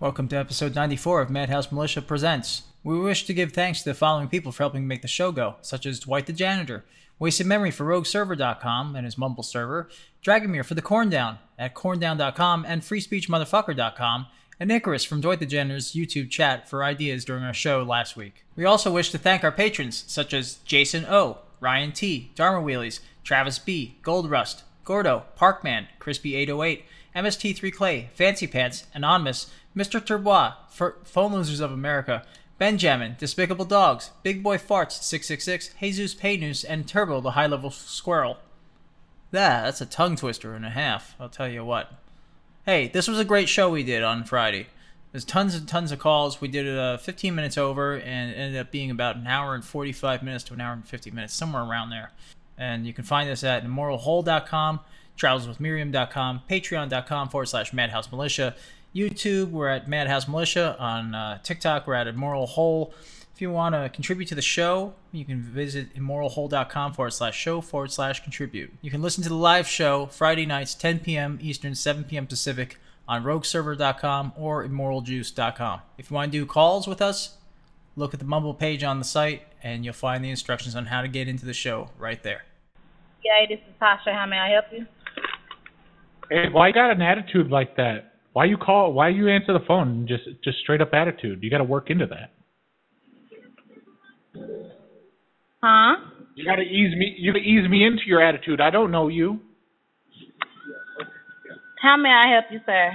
to episode 94 of Madhouse Militia Presents. We wish to give thanks to the following people for helping make the show go, such as Dwight the Janitor, Wasted Memory for RogueServer.com and his Mumble server, Dragomir for the Corn Down at corndown.com and FreeSpeechMotherfucker.com, and Icarus from Dwight the Janitor's YouTube chat for ideas during our show last week. We also wish to thank our patrons, such as Jason O, Ryan T, Dharma Wheelies, Travis B, Gold Rust, Gordo, Parkman, Crispy808, MST3 Clay, Fancy Pants, Anonymous, Mr. Turbois, F- Phone Losers of America, Benjamin, Despicable Dogs, Big Boy Farts 666, Jesus Paynews, and Turbo the High Level Squirrel. That, that's a tongue twister and a half, I'll tell you what. Hey, this was a great show we did on Friday. There's tons and tons of calls. We did it uh, 15 minutes over and it ended up being about an hour and 45 minutes to an hour and 50 minutes, somewhere around there. And you can find us at immortalhole.com, travelswithmiriam.com, patreon.com forward slash madhouse militia, YouTube, we're at madhouse militia, on uh, TikTok, we're at immortal hole. If you want to contribute to the show, you can visit immortalhole.com forward slash show forward slash contribute. You can listen to the live show Friday nights, 10 p.m. Eastern, 7 p.m. Pacific on rogueserver.com or immortaljuice.com. If you want to do calls with us, look at the Mumble page on the site and you'll find the instructions on how to get into the show right there. G'day, this is Tasha. How may I help you? Hey, why you got an attitude like that? Why you call? Why you answer the phone? And just just straight up attitude. You got to work into that. Huh? You got to ease me. You gotta ease me into your attitude. I don't know you. How may I help you, sir?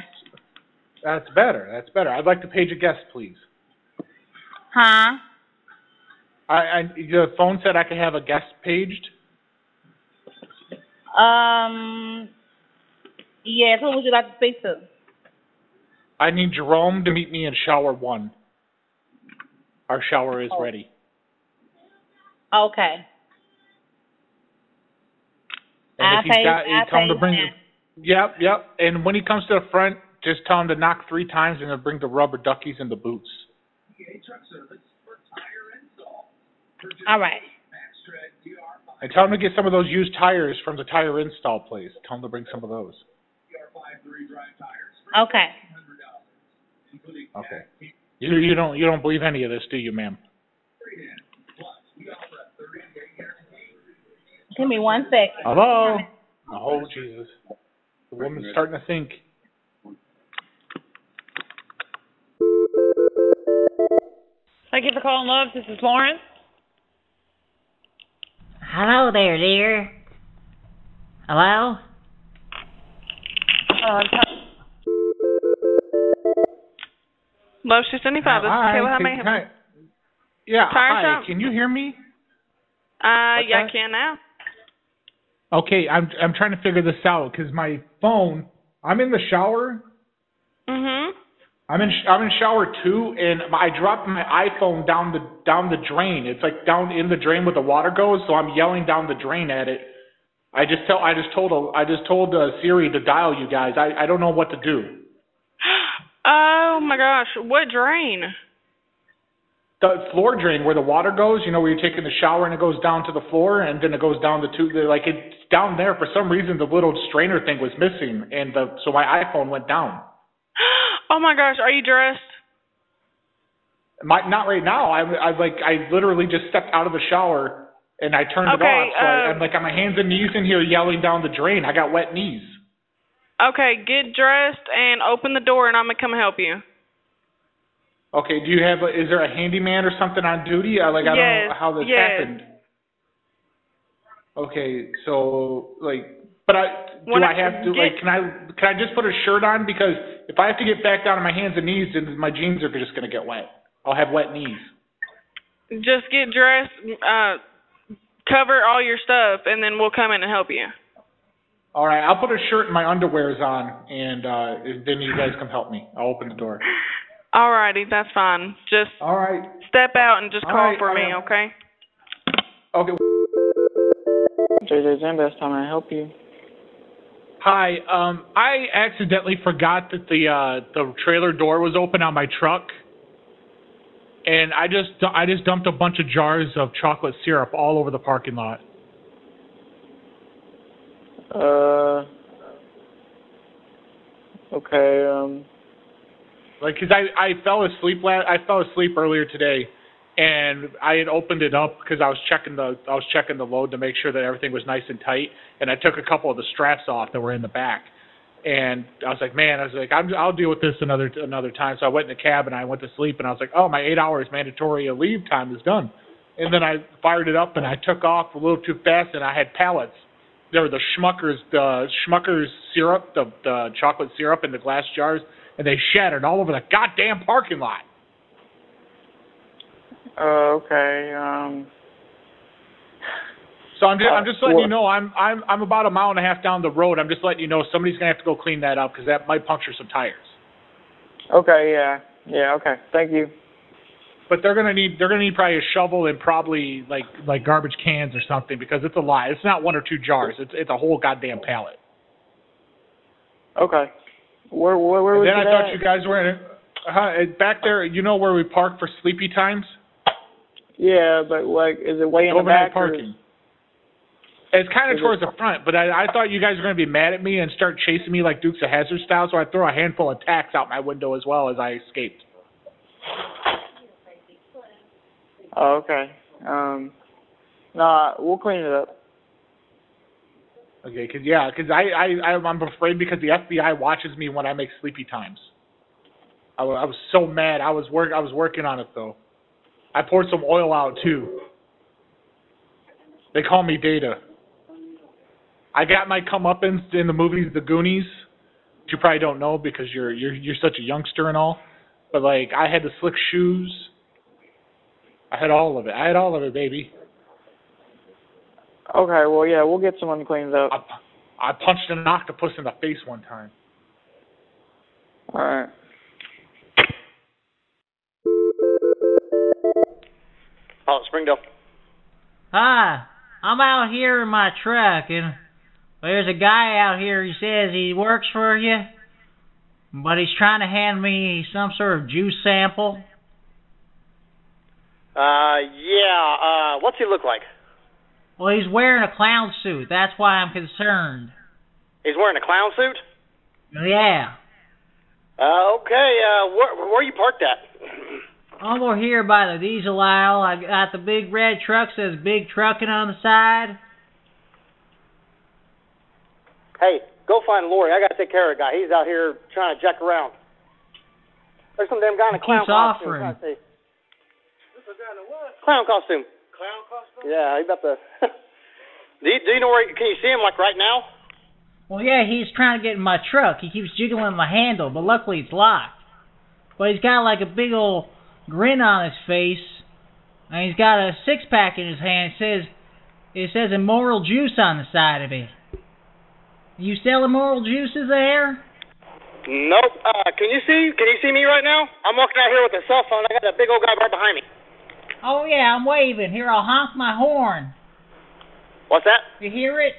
That's better. That's better. I'd like to page a guest, please. Huh? I, I the phone said I could have a guest paged. Um. Yes. Who would you like to speak to? I need Jerome to meet me in shower one. Our shower is Oh. ready. Okay. And I if he's page- got, I tell him to page bring. now. Yep, yep. And when he comes to the front, just tell him to knock three times and then bring the rubber duckies and the boots. All right. And tell him to get some of those used tires from the tire install place. Tell him to bring some of those. Okay. Okay. You you don't you don't believe any of this, do you, ma'am? Give me one second. Hello. Oh Jesus. The woman's starting to think. Thank you for calling, love. This is Lauren. Hello there, dear. Hello? Uh, love, she's seventy-five. This is Hi, Kayla. How can- may I help? hi. Yeah. Tire hi. shop. Can you hear me? Uh, What's yeah, I that? can now. Okay. I'm I'm trying to figure this out because my phone. I'm in the shower Mhm. I'm in I'm in shower two, and I dropped my iPhone down the down the drain. It's like down in the drain where the water goes, so I'm yelling down the drain at it. I just tell I just told a, I just told uh, Siri to dial you guys. I I don't know what to do. Oh my gosh, what drain? The floor drain where the water goes, you know, where you're taking the shower and it goes down to the floor, and then it goes down the tube. Like it's down there for some reason. The little strainer thing was missing, and the so my iPhone went down. Oh my gosh, are you dressed? My, not right now. I, I like I literally just stepped out of the shower and I turned it Okay, off. So I, um, I'm like on my hands and knees in here yelling down the drain. I got wet knees. Okay, get dressed and open the door, and I'm gonna come help you. Okay, do you have? A, is there a handyman or something on duty? I like I don't know Yes, how this yes. happened. Okay, so like, but I do When I I have to get- like can I can I just put a shirt on because if I have to get back down on my hands and knees, then my jeans are just gonna get wet. I'll have wet knees. Just get dressed, uh, cover all your stuff, and then we'll come in and help you. All right, I'll put a shirt and my underwear's on, and uh, then you guys come help me. I'll open the door. Alrighty, that's fine. Just All right. step out and just All call right, for I me, am. okay? Okay. JJ Zambas, how may I help you? Hi. Um, I accidentally forgot that the uh, the trailer door was open on my truck, and I just I just dumped a bunch of jars of chocolate syrup all over the parking lot. Uh, okay, um, Like, cause I I fell asleep la- I fell asleep earlier today, and I had opened it up because I was checking the I was checking the load to make sure that everything was nice and tight, and I took a couple of the straps off that were in the back, and I was like, man, I was like, I'm, I'll deal with this another another time. So I went in the cab and I went to sleep, and I was like, oh, my eight hours mandatory leave time is done, and then I fired it up and I took off a little too fast, and I had pallets. There were the Schmuckers, the Schmuckers syrup, the the chocolate syrup in the glass jars, and they shattered all over the goddamn parking lot. Oh, okay. Um, So I'm just, I'm Uh, just letting well- you know I'm I'm I'm about a mile and a half down the road. I'm just letting you know somebody's gonna have to go clean that up because that might puncture some tires. okay, yeah. Yeah, okay. Thank you. But they're gonna need they're gonna need probably a shovel and probably like like garbage cans or something because it's a lot. It's not one or two jars. It's it's a whole goddamn pallet. Okay. Where where, where was then I it thought at? you guys were in, uh, back there. You know where we park for sleepy times? Yeah, but like is it way in the Overnight back? or- parking. It's kind Is of it- towards the front, but I, I thought you guys were gonna be mad at me and start chasing me like Dukes of Hazard style. So I throw a handful of tacks out my window as well as I escaped. Oh, okay. Um Nah, we'll clean it up. Okay, 'cause yeah, 'cause I, I, I, I'm afraid because the FBI watches me when I make sleepy times. I, wa- I was so mad. I was work, I was working on it though. I poured some oil out too. They call me Data. I got my comeuppance in the movies The Goonies, which you probably don't know because you're you're you're such a youngster and all. But like, I had the slick shoes. I had all of it. I had all of it, baby. Okay, well yeah, we'll get someone to clean it up. I, pu- I punched an octopus in the face one time. All right. Oh, Springdale. Ah, I'm out here in my truck, and there's a guy out here. He says he works for you, but he's trying to hand me some sort of juice sample. Uh, yeah. Uh, what's he look like? Well, he's wearing a clown suit. That's why I'm concerned. He's wearing a clown suit. Yeah, Uh, okay. Uh, where where you parked at? I'm over here by the diesel aisle. I got the big red truck says "Big Trucking" on the side. hey, go find Lori. I gotta take care of a guy. He's out here trying to jack around. There's some damn guy in a He clown keeps costume. offering. Trying to see. Clown costume. Clown costume. Yeah, he about to. do you, Do you know where? Can you see him like right now? Well, yeah, he's trying to get in my truck. He keeps jiggling my handle, but luckily it's locked. But he's got like a big old grin on his face, and he's got a six pack in his hand. It says, it says immoral juice on the side of it. You sell immoral juices there? Nope. Uh, can you see? Can you see me right now? I'm walking out here with a cell phone. I got that big old guy right behind me. Oh yeah, I'm waving. Here, I'll honk my horn. What's that? You hear it?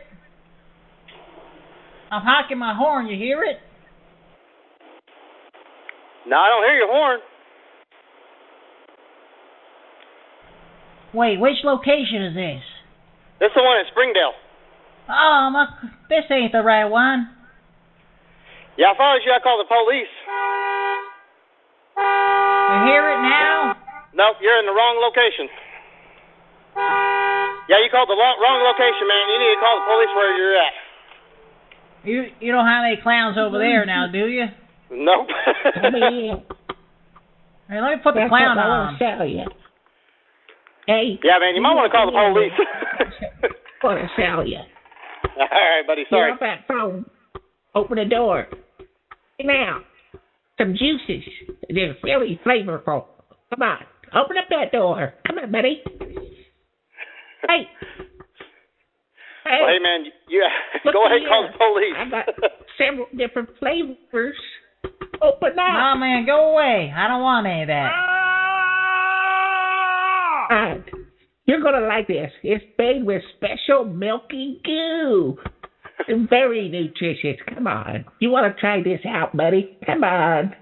I'm honking my horn. You hear it? No, I don't hear your horn. Wait, which location is this? This is the one in Springdale. Oh, my, this ain't the right one. Yeah, if I was you, I'd call the police. You hear it now? Nope, you're in the wrong location. Yeah, you called the lo- wrong location, man. You need to call the police where you're at. You you don't have any clowns over there now, do you? Nope. Hey, let me put the clown on. sell you. Hey, yeah, man, you might want to call the police. gonna sell you. All right, buddy. Sorry. Get off that phone. Open the door. Now, some juices. They're really flavorful. Come on, open up that door. Come on, buddy. Hey. Hey, Well, hey, man, you look go ahead and call here. the police. I got several different flavors. Open up. Nah, Oh, man, go away. I don't want any of that. God. You're gonna like this. It's made with special milky goo. Very nutritious. Come on. You wanna try this out, buddy? Come on.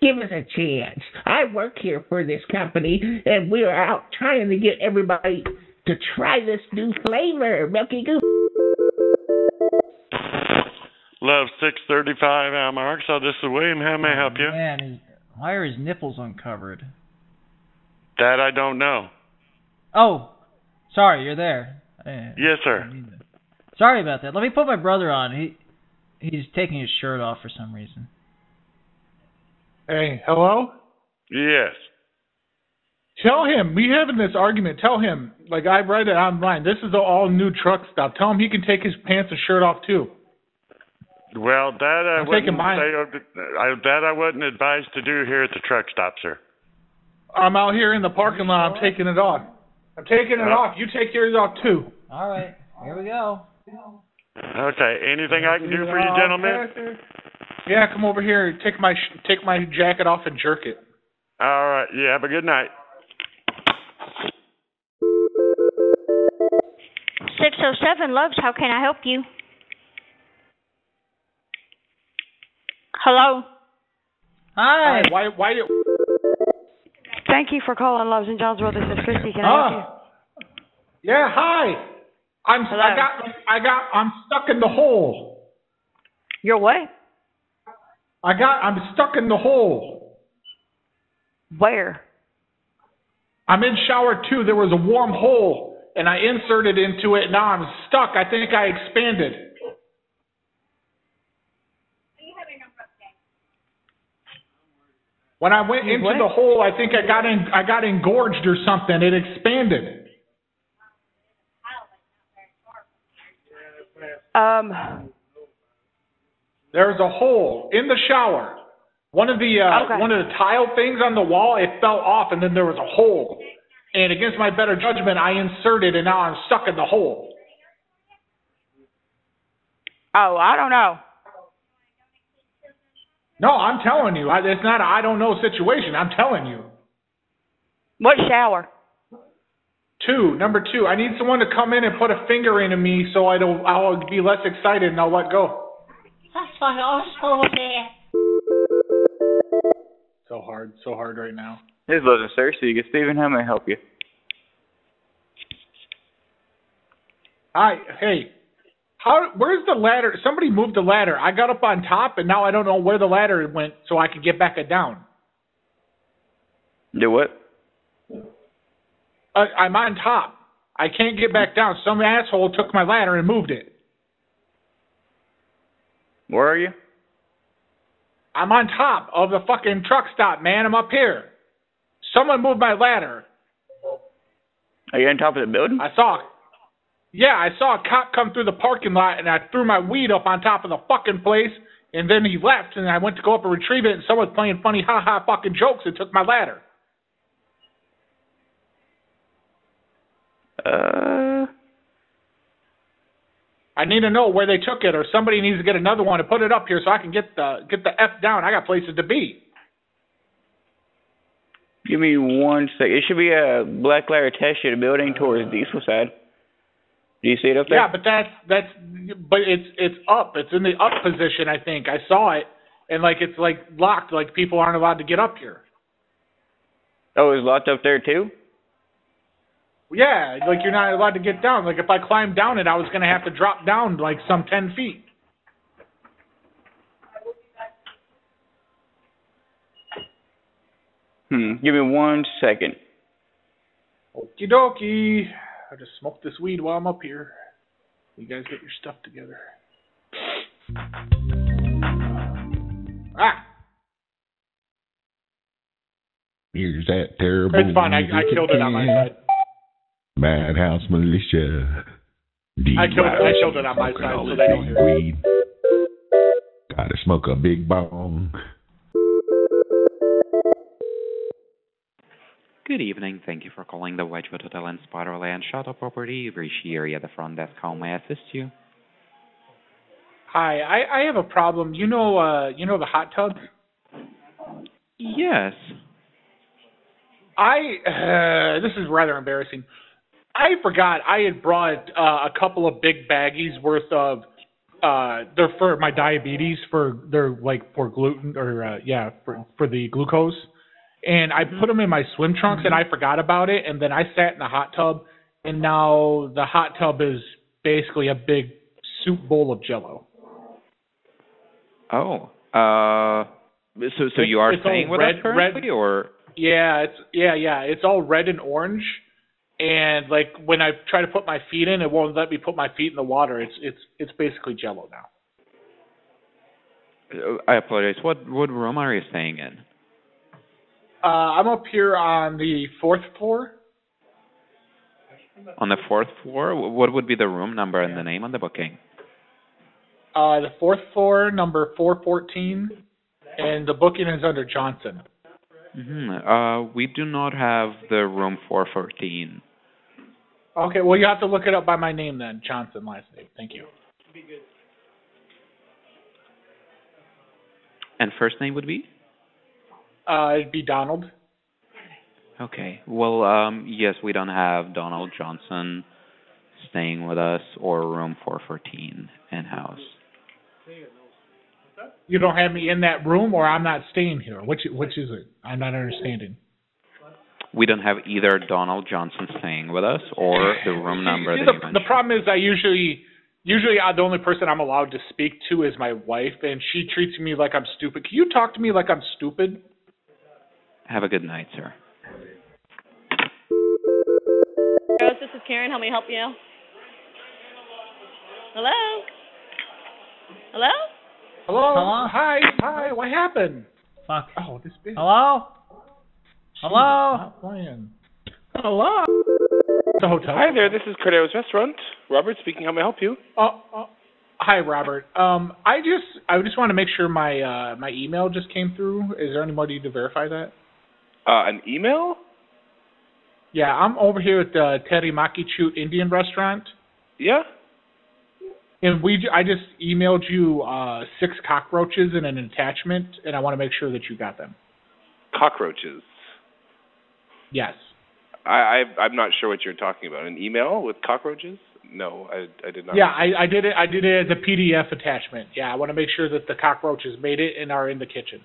Give us a chance. I work here for this company and we are out trying to get everybody to try this new flavor, milky goo. Love 635 Alma, Arkansas. This is William. How may I help you? Man, his, why are his nipples uncovered? That I don't know. Oh, sorry, you're there. Eh, Yes, sir. Sorry about that. Let me put my brother on. He he's taking his shirt off for some reason. Hey, hello? Yes. Tell him we having this argument. Tell him like I read it online. This is the all new truck stuff. Tell him he can take his pants and shirt off too. Well, that I I'm wouldn't taking mine. say, I, that I wasn't advised to do here at the truck stop, sir. I'm out here in the parking lot. I'm taking it off. I'm taking it Yeah. off. You take yours off too. All right, here we go. Okay. Anything I can do for you, gentlemen? Yeah, come over here. Take my sh- take my jacket off and jerk it. All right. You have a good night. 607 Loves, how can I help you? Hello. Hi. Why why do Thank you for calling Loves and Johnsville. This is Christy. Can Ah. I help Ah. Yeah, hi. I'm I got I got I'm stuck in the hole. you? Your what? I got I'm stuck in the hole. Where? I'm in shower 2. There was a warm hole and I inserted into it. Now I'm stuck. I think I expanded. When I went You into what? the hole, I think I got in I got engorged or something. It expanded. Um. There's a hole in the shower. One of the uh, Okay. one of the tile things on the wall, it fell off, and then there was a hole. And against my better judgment, I inserted, and now I'm stuck in the hole. Oh, I don't know. No, I'm telling you, I, it's not a I don't know situation. I'm telling you. What shower? Two, number two, I need someone to come in and put a finger into me so I don't I'll be less excited and I'll let go. That's my asshole there. So hard, so hard right now. This is Logan Cersei. Good Steven. How may I help you? Hi, hey. How? Where's the ladder? Somebody moved the ladder. I got up on top, and now I don't know where the ladder went, so I could get back it down. Do what? I, Uh, I'm on top. I can't get back down. Some asshole took my ladder and moved it. Where are you? I'm on top of the fucking truck stop, man. I'm up here. Someone moved my ladder. Are you on top of the building? I saw. Yeah, I saw a cop come through the parking lot, and I threw my weed up on top of the fucking place. And then he left, and I went to go up and retrieve it, and someone's playing funny ha ha fucking jokes and took my ladder. Uh. I need to know where they took it, or somebody needs to get another one and put it up here so I can get the get the f down. I got places to be. Give me one sec. It should be a black ladder attached to the building towards the diesel side. Do you see it up there? Yeah, but that's that's but it's it's up. It's in the up position, I think. I saw it and like it's like locked, like people aren't allowed to get up here. Oh, it's locked up there too. Yeah, like you're not allowed to get down. Like if I climbed down it, I was gonna have to drop down like some ten feet. Hmm. Give me one second. Okie dokie. I just smoked this weed while I'm up here. You guys get your stuff together. Uh, Ah, Here's that terrible. it's fine. I, I music killed it on my again. side. Madhouse Militia. I killed it. I killed it on my side, so they don't hear. it. Weed. Gotta smoke a big bong. Good evening. Thank you for calling the Wedgwood Hotel and Spiderland Shuttle Property. You've reached the area at the front desk. How may I assist you? Hi, I, I have a problem. You know, uh, you know the hot tub. Yes. I uh, this is rather embarrassing. I forgot I had brought uh, a couple of big baggies worth of uh they're for my diabetes for they're like for gluten or uh, yeah for for the glucose and I put them in my swim trunks and I forgot about it and then I sat in the hot tub and now the hot tub is basically a big soup bowl of jello. Oh. Uh, so so you are It's all staying with red- us currently, or Yeah, it's yeah, yeah. It's all red and orange, and like when I try to put my feet in, it won't let me put my feet in the water. It's it's it's basically Jello now. Uh, I apologize. What what room are you staying in? Uh, I'm up here on the fourth floor. On the fourth floor. Wh- What would be the room number and the name on the booking? Uh, the fourth floor, number four fourteen, and the booking is under Johnson. hmm Mm-hmm. Uh, we do not have the room 414. Okay, well you have to look it up by my name then, Johnson last name. Thank you. And first name would be? Uh, it'd be Donald. Okay. Well, um, yes, we don't have Donald Johnson staying with us or room 414 in house. You don't have me in that room, or I'm not staying here. Which which is it? I'm not understanding. We don't have either Donald Johnson staying with us or the room number See, that the, you mentioned. the problem is I usually usually I, the only person I'm allowed to speak to is my wife, and she treats me like I'm stupid. Can you talk to me like I'm stupid? Have a good night, sir. Rose, this is Karen. How may I help you? Hello? Hello? Hello. Hello? Hi. Hi. What happened? Fuck. Oh, this bitch. Hello? Hello? Not playing. Hello. The hotel. Hi there. This is Cordero's Restaurant. Robert speaking. How may I help you? Oh, oh, hi Robert. Um, I just I just want to make sure my uh my email just came through. Is there anybody to verify that? Uh, an email? Yeah, I'm over here at the Terimaki Chute Indian Restaurant. Yeah. And we, ju- I just emailed you uh, six cockroaches in an attachment, and I want to make sure that you got them. Cockroaches. Yes. I, I I'm not sure what you're talking about. An email with cockroaches? No, I I did not. Yeah, I, I did it. I did it as a PDF attachment. Yeah, I want to make sure that the cockroaches made it and are in the kitchen.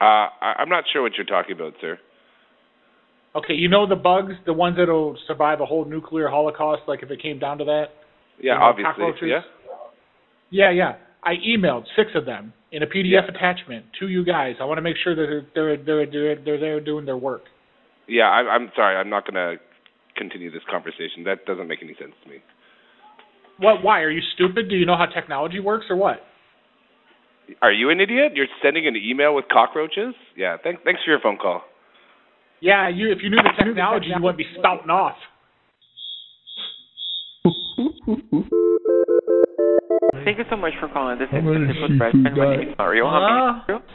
Uh, I, I'm not sure what you're talking about, sir. Okay, you know the bugs, the ones that'll survive a whole nuclear holocaust, like if it came down to that. Yeah, You know, obviously. cockroaches. Yeah. Yeah, yeah. I emailed six of them in a PDF attachment to you guys. I want to make sure that they're they're they're they're, they're doing their work. Yeah, I, I'm sorry. I'm not gonna continue this conversation. That doesn't make any sense to me. What? Why? Are you stupid? Do you know how technology works or what? Are you an idiot? You're sending an email with cockroaches? Yeah. Thanks. Thanks for your phone call. Yeah, you if you knew the technology, you wouldn't be spouting off. Thank you so much for calling. This is I'm gonna Pacific shoot Breast. you My name guys. is Mario. How may I help you?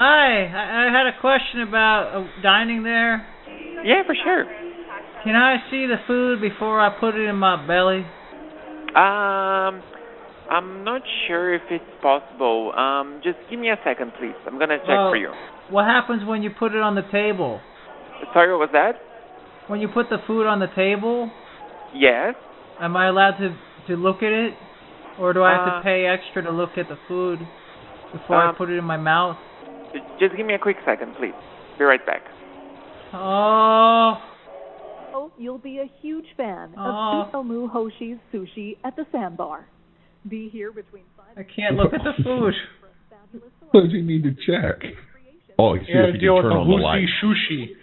Hi, I, I had a question about uh, dining there. Yeah, for sure. Can I see the food before I put it in my belly? Um, I'm not sure if it's possible. Um, just give me a second, please. I'm gonna check Well- for you. What happens when you put it on the table? Sorry, what was that? When you put the food on the table, Yes. am I allowed to to look at it, or do I have Uh, to pay extra to look at the food before um, I put it in my mouth? J- Just give me a quick second, please. Be right back. Oh. Oh, you'll be a huge fan Oh. of Sumo Hoshi's sushi at the sandbar. Be here between five. I can't look at the food. What do you need to check? Oh, you see Yeah, if you deal can turn with the Uh, on the Lucy lights. Sushi.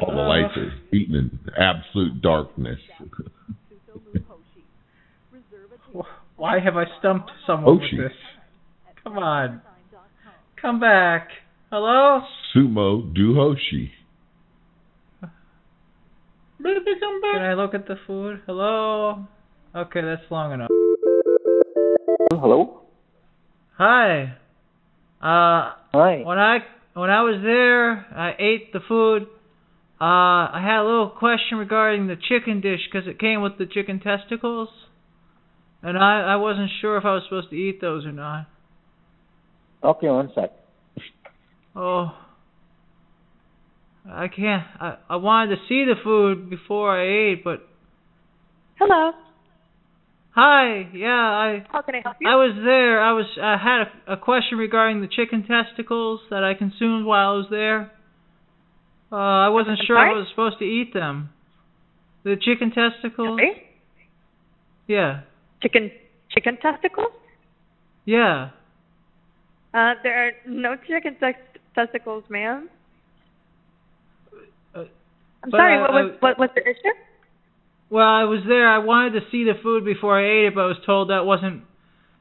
All the lights are eating in absolute darkness. Why have I stumped someone Oshi. with this? Come on. Come back. Hello? Sumo Duhoshi. Baby, come back. Can I look at the food? Hello? Okay, that's long enough. Hello. Hi. Uh Hi. when I when I was there, I ate the food. Uh I had a little question regarding the chicken dish cuz it came with the chicken testicles. And I I wasn't sure if I was supposed to eat those or not. Okay, one sec. Oh. I can't. I, I wanted to see the food before I ate, but. Hello. Hi. Yeah, I. How can I help you? I was there. I was. I had a, a question regarding the chicken testicles that I consumed while I was there. Uh, I wasn't I'm sure I sorry? was supposed to eat them. The chicken testicles. Okay. Yeah. Chicken chicken testicles? Yeah. Uh, there are no chicken tes- testicles, ma'am. Uh, I'm but sorry. I- what was I- what was the issue? Well, I was there. I wanted to see the food before I ate it, but I was told that wasn't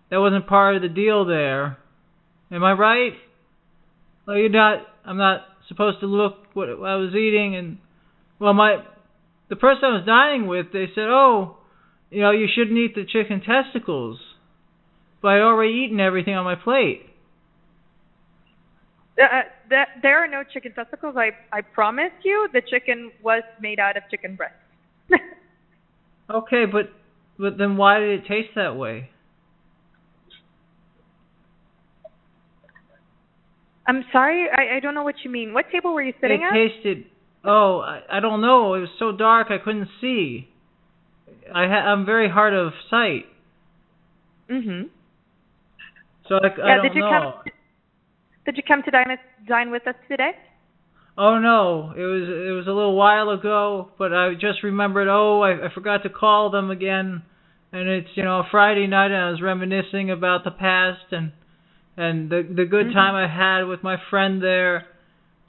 that wasn't part of the deal there. Am I right? Well, you're not. I'm not supposed to look what I was eating, and well, my the person I was dining with, they said, oh, you know, you shouldn't eat the chicken testicles. But I'd already eaten everything on my plate. Uh, that there are no chicken testicles. I I promise you, the chicken was made out of chicken breast. Okay, but but then why did it taste that way? I'm sorry. I, I don't know what you mean. What table were you sitting it at? tasted. Oh, I, I don't know. It was so dark I couldn't see. I ha- I'm very hard of sight, mm-hmm. so I, I yeah. don't did you know. come? Did you come to dine us- dine with us today? Oh no, it was it was a little while ago, but I just remembered. Oh, I, I forgot to call them again, and it's you know Friday night, and I was reminiscing about the past and and the the good Mhm. time I had with my friend there.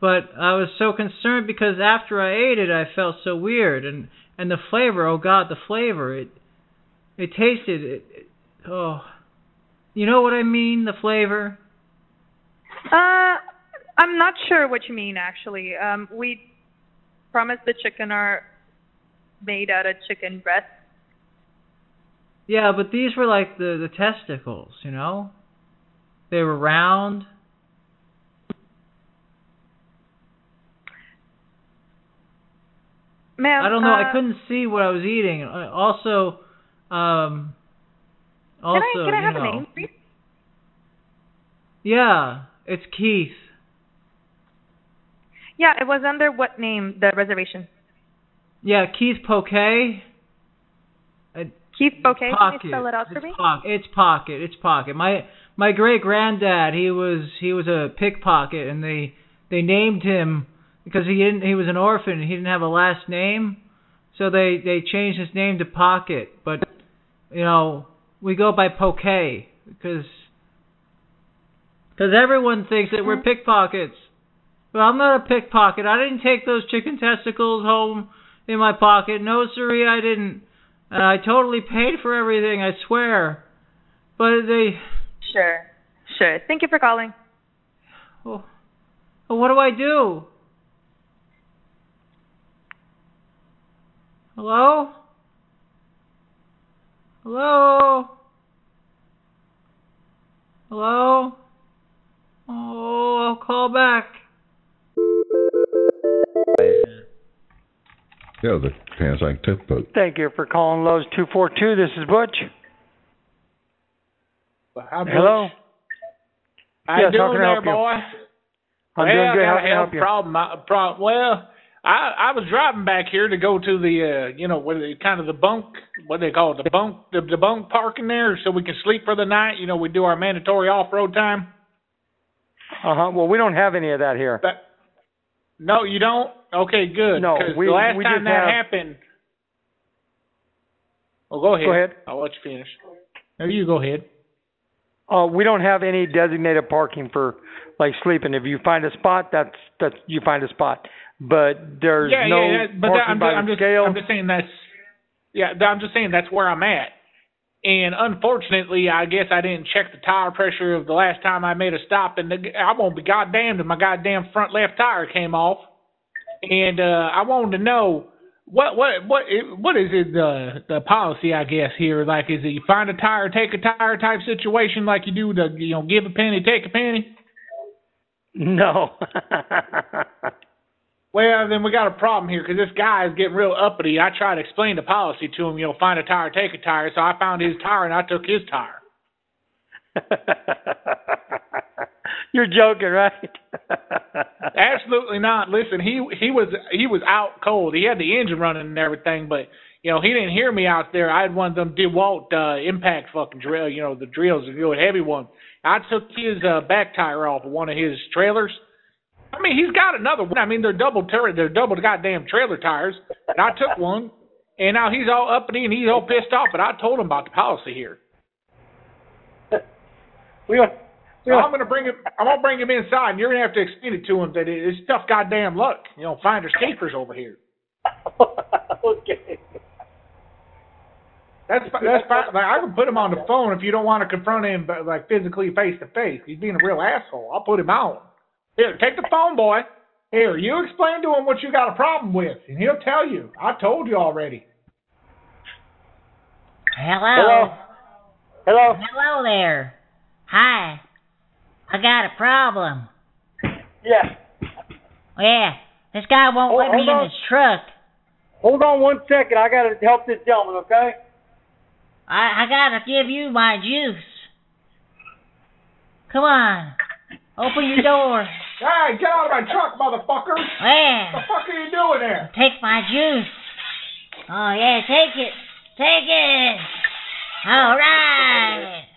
But I was so concerned because after I ate it, I felt so weird, and and the flavor. Oh God, the flavor. It it tasted it. it oh, you know what I mean, the flavor. Uh, I'm not sure what you mean actually. Um, we promise the chicken are made out of chicken breast. Yeah, but these were like the the testicles, you know. They were round. Ma'am, I don't know. uh, I couldn't see what I was eating. Uh, Also, um, also, can I, can I have you know, a name, please? yeah, it's Keith. Yeah, it was under what name the reservation? Yeah, Keith Poquet. Keith Bouquet. Pocket. Can you spell it out for it's me? Poc- it's pocket. It's pocket. My my great granddad, he was he was a pickpocket, and they they named him because he didn't he was an orphan. and He didn't have a last name, so they they changed his name to Pocket. But you know we go by Poquet because because everyone thinks that we're pickpockets. But I'm not a pickpocket. I didn't take those chicken testicles home in my pocket. No, siree, I didn't. And Uh, I totally paid for everything, I swear. But they. Sure. Sure. Thank you for calling. Oh, oh, what do I do? Hello? Hello? Hello? Oh, I'll call back. Yeah, the Panasonic tip boat. Thank you for calling Lowe's 242. This is Butch. Hello? How Yes, you how doing can I there, help you? boy? I'm well, doing good. I How got can I a help health you? problem. I, prob- well, I I was driving back here to go to the uh, you know what they kind of the bunk what they call it, the bunk the, the bunk parking there so we can sleep for the night. You know we do our mandatory off road time. Uh huh. Well, we don't have any of that here. No, you don't. Okay, good. No, 'Cause we- the last we time just that have- happened. Well, go ahead. Go ahead. I'll let you finish. No, you go ahead. Uh, we don't have any designated parking for like sleeping. If you find a spot, that's that's you find a spot. But there's yeah, no yeah, that, but that, parking I'm, by just, I'm the just scale. I'm just saying that's yeah, that- I'm just saying that's where I'm at. And unfortunately, I guess I didn't check the tire pressure of the last time I made a stop, and the, I won't be goddamned if my goddamn front left tire came off. And uh, I wanted to know what what what it- what is it the the policy I guess here? Like, is it you find a tire, take a tire type situation, like you do the you know give a penny, take a penny? No. Well, then we got a problem here because this guy is getting real uppity. I tried to explain the policy to him, you know, find a tire, take a tire. So I found his tire and I took his tire. You're joking, right? Absolutely not. Listen, he he was he was out cold. He had the engine running and everything, but you know he didn't hear me out there. I had one of them DeWalt uh, impact fucking drill, you know, the drills, the good heavy one. I took his uh, back tire off of one of his trailers. I mean, he's got another one. I mean, they're double tur- they're double goddamn trailer tires. And I took one, and now he's all uppity and he's all pissed off. But I told him about the policy here. We are, I'm gonna bring him. I'm gonna bring him inside, and you're gonna have to explain it to him that it- it's tough, goddamn luck. You know, finders keepers over here. okay. That's fi- that's fine. Like I can put him on the phone if you don't want to confront him, but like physically face to face. He's being a real asshole. I'll put him on. Here, take the phone, boy. Here, you explain to him what you got a problem with, and he'll tell you. I told you already. Hello. Hello. Hello there. Hi. I got a problem. Yeah. Yeah. This guy won't Hold- let me Oh, hold in on. his truck. Hold on one second. I gotta help this gentleman. Okay. I I gotta give you my juice. Come on. Open your door. Hey, get out of my truck, motherfucker! Yeah. What the fuck are you doing there? Take my juice. Oh yeah, take it. Take it. All right.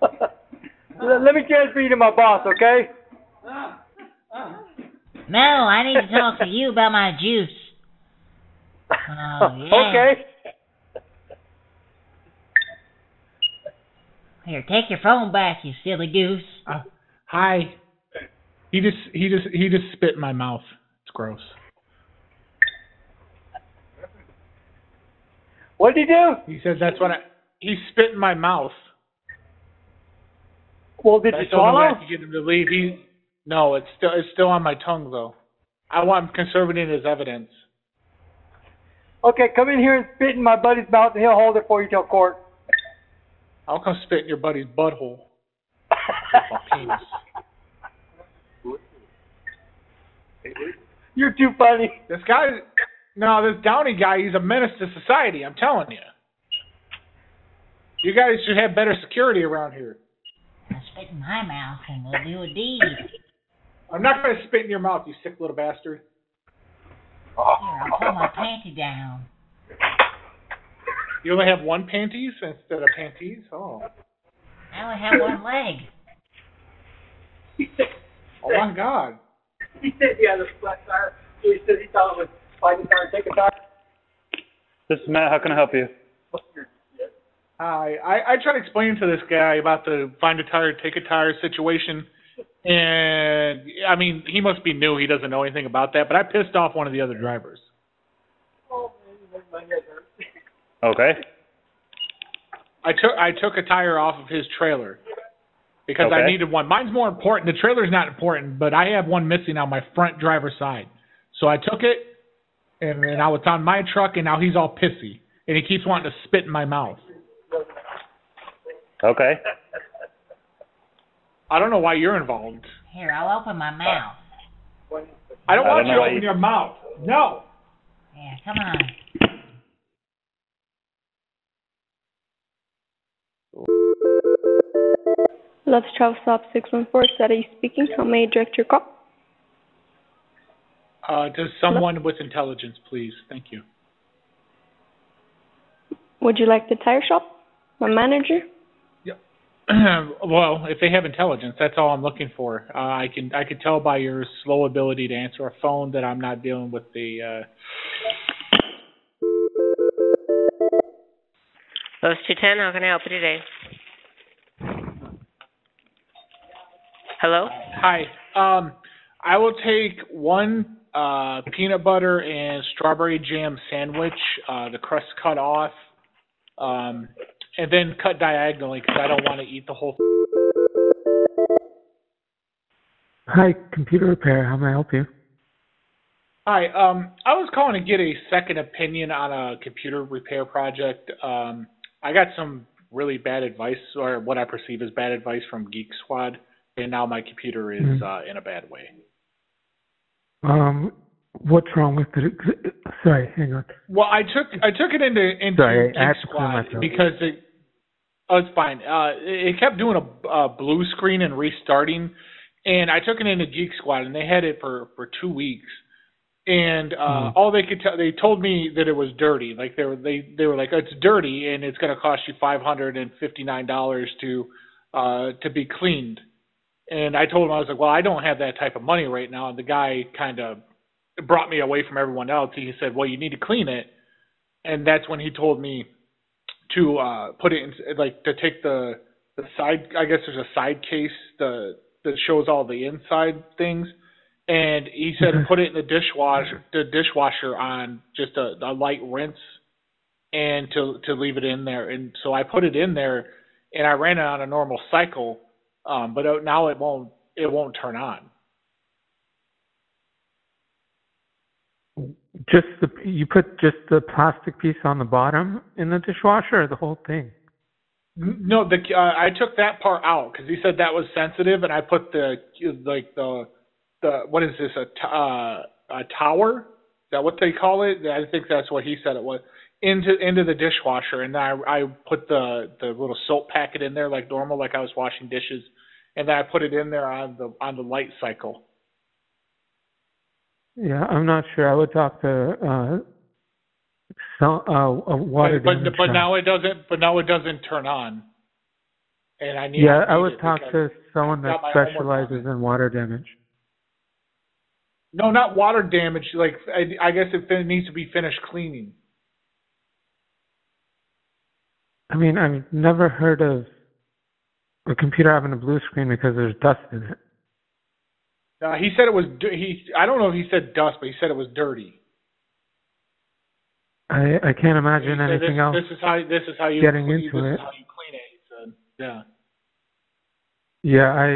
Let let me transfer you to my boss, okay? No, I need to talk to you about my juice. Oh, yeah. Okay. Here, take your phone back, you silly goose. Uh, Hi. He just he just he just spit in my mouth. It's gross. What did he do? He said that's what I. He spit in my mouth. Well, did I you told him swallow? that to get him to leave. He no, it's still it's still on my tongue though. I want him conserving it as evidence. Okay, come in here and spit in my buddy's mouth, and he'll hold it for you till court. I'll come spit in your buddy's butthole. Penis. You're too funny. This guy, no, this Downey guy, he's a menace to society. I'm telling you. You guys should have better security around here. I spit in my mouth and we'll do a deed. I'm not gonna spit in your mouth, you sick little bastard. Here, I'll pull my panty down. You only have one panties instead of panties. Oh, I only have one leg. oh my God. He said he had a flat tire, so he said he thought it was five tire, take a tire. This is Matt. How can I help you? Hi. I, I tried to explain to this guy about the find a tire, take a tire situation. And I mean, he must be new. He doesn't know anything about that. But I pissed off one of the other drivers. Oh, Okay. I took I took a tire off of his trailer because I Okay. needed one. Mine's more important. The trailer's not important, but I have one missing on my front driver's side. So I took it, and then now it's on my truck, and now he's all pissy, and he keeps wanting to spit in my mouth. Okay. I don't know why you're involved. Here, I'll open my mouth. I don't I don't want you know to why open you- your mouth. No. Yeah, come on. Love Travel Stop 614, Saturday speaking. How may I direct your call? Uh, to someone with intelligence, please. Thank you. Would you like the tire shop? My manager? well, if they have intelligence, that's all I'm looking for. Uh, I can I could tell by your slow ability to answer a phone that I'm not dealing with the. Uh, Those 210, how can I help you today? Hello? Hi. Um, I will take one uh, peanut butter and strawberry jam sandwich, uh, the crust cut off, um, and then cut diagonally because I don't want to eat the whole. Hi, computer repair. How may I help you? Hi. Um, I was calling to get a second opinion on a computer repair project. Um, I got some really bad advice, or what I perceive as bad advice from Geek Squad, and now my computer is Mhm. uh, in a bad way. Um, what's wrong with it? ex- Sorry, hang on. Well, I took I took it into into Sorry, I Geek had to clear Squad myself. because it. Oh, it's fine. Uh, it it kept doing a, a blue screen and restarting, and I took it into Geek Squad, and they had it for for two weeks, and uh, all they could tell they told me that it was dirty. Like they were they they were like it's dirty and it's going to cost you five hundred and fifty nine dollars to uh, to be cleaned. And I told him I was like, well, I don't have that type of money right now. And the guy kind of brought me away from everyone else. He said, well, you need to clean it. And that's when he told me to uh, put it in, like to take the the side. I guess there's a side case the that shows all the inside things, and he said put it in the dishwasher the dishwasher on just a, a light rinse, and to to leave it in there. And so I put it in there, and I ran it on a normal cycle, um, but uh, now it won't it won't turn on. Just the you put just the plastic piece on the bottom in the dishwasher, or the whole thing. No, the uh, I took that part out because he said that was sensitive, and I put the like the the what is this a t- uh, a tower? Is that what they call it? I think that's what he said it was into into the dishwasher, and then I I put the the little soap packet in there like normal, like I was washing dishes, and then I put it in there on the on the light cycle. Yeah, I'm not sure. I would talk to uh, some uh, a water. But but, damage but guy. now it doesn't. But now it doesn't turn on. And I need. yeah, I I need would it talk because- to someone that got my homework specializes in water damage. No, not water damage. Like I, I guess it fin- needs to be finished cleaning. I mean, I've never heard of a computer having a blue screen because there's dust in it. Uh, he said it was. di- He. I don't know if he said dust, but he said it was dirty. I I can't imagine He said, anything this, else. This is how. This is how you. getting clean- into this it. Is how you clean it. He said. Yeah. Yeah, I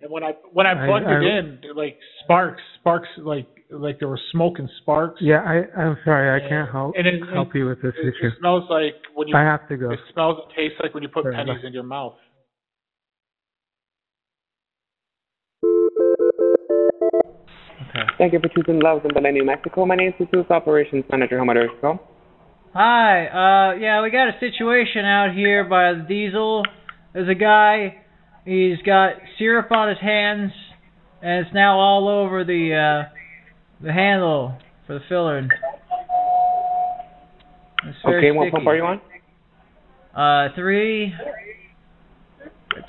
And when I when I I- plugged I- it in, like sparks, sparks, like like there was smoke and sparks. yeah I I'm sorry I can't help and it- help you with this It, issue. it smells like when you. I have to go. It smells and tastes like when you put Fair pennies enough. in your mouth. Thank you for choosing Loves in Belen, New Mexico. My name is Jesus Operations Manager Homer Ersko. Hi. Uh, yeah, we got a situation out here by the diesel. There's a guy. He's got syrup on his hands, and it's now all over the uh, the handle for the filler. And it's very Okay, what sticky. pump are you on? Uh, three,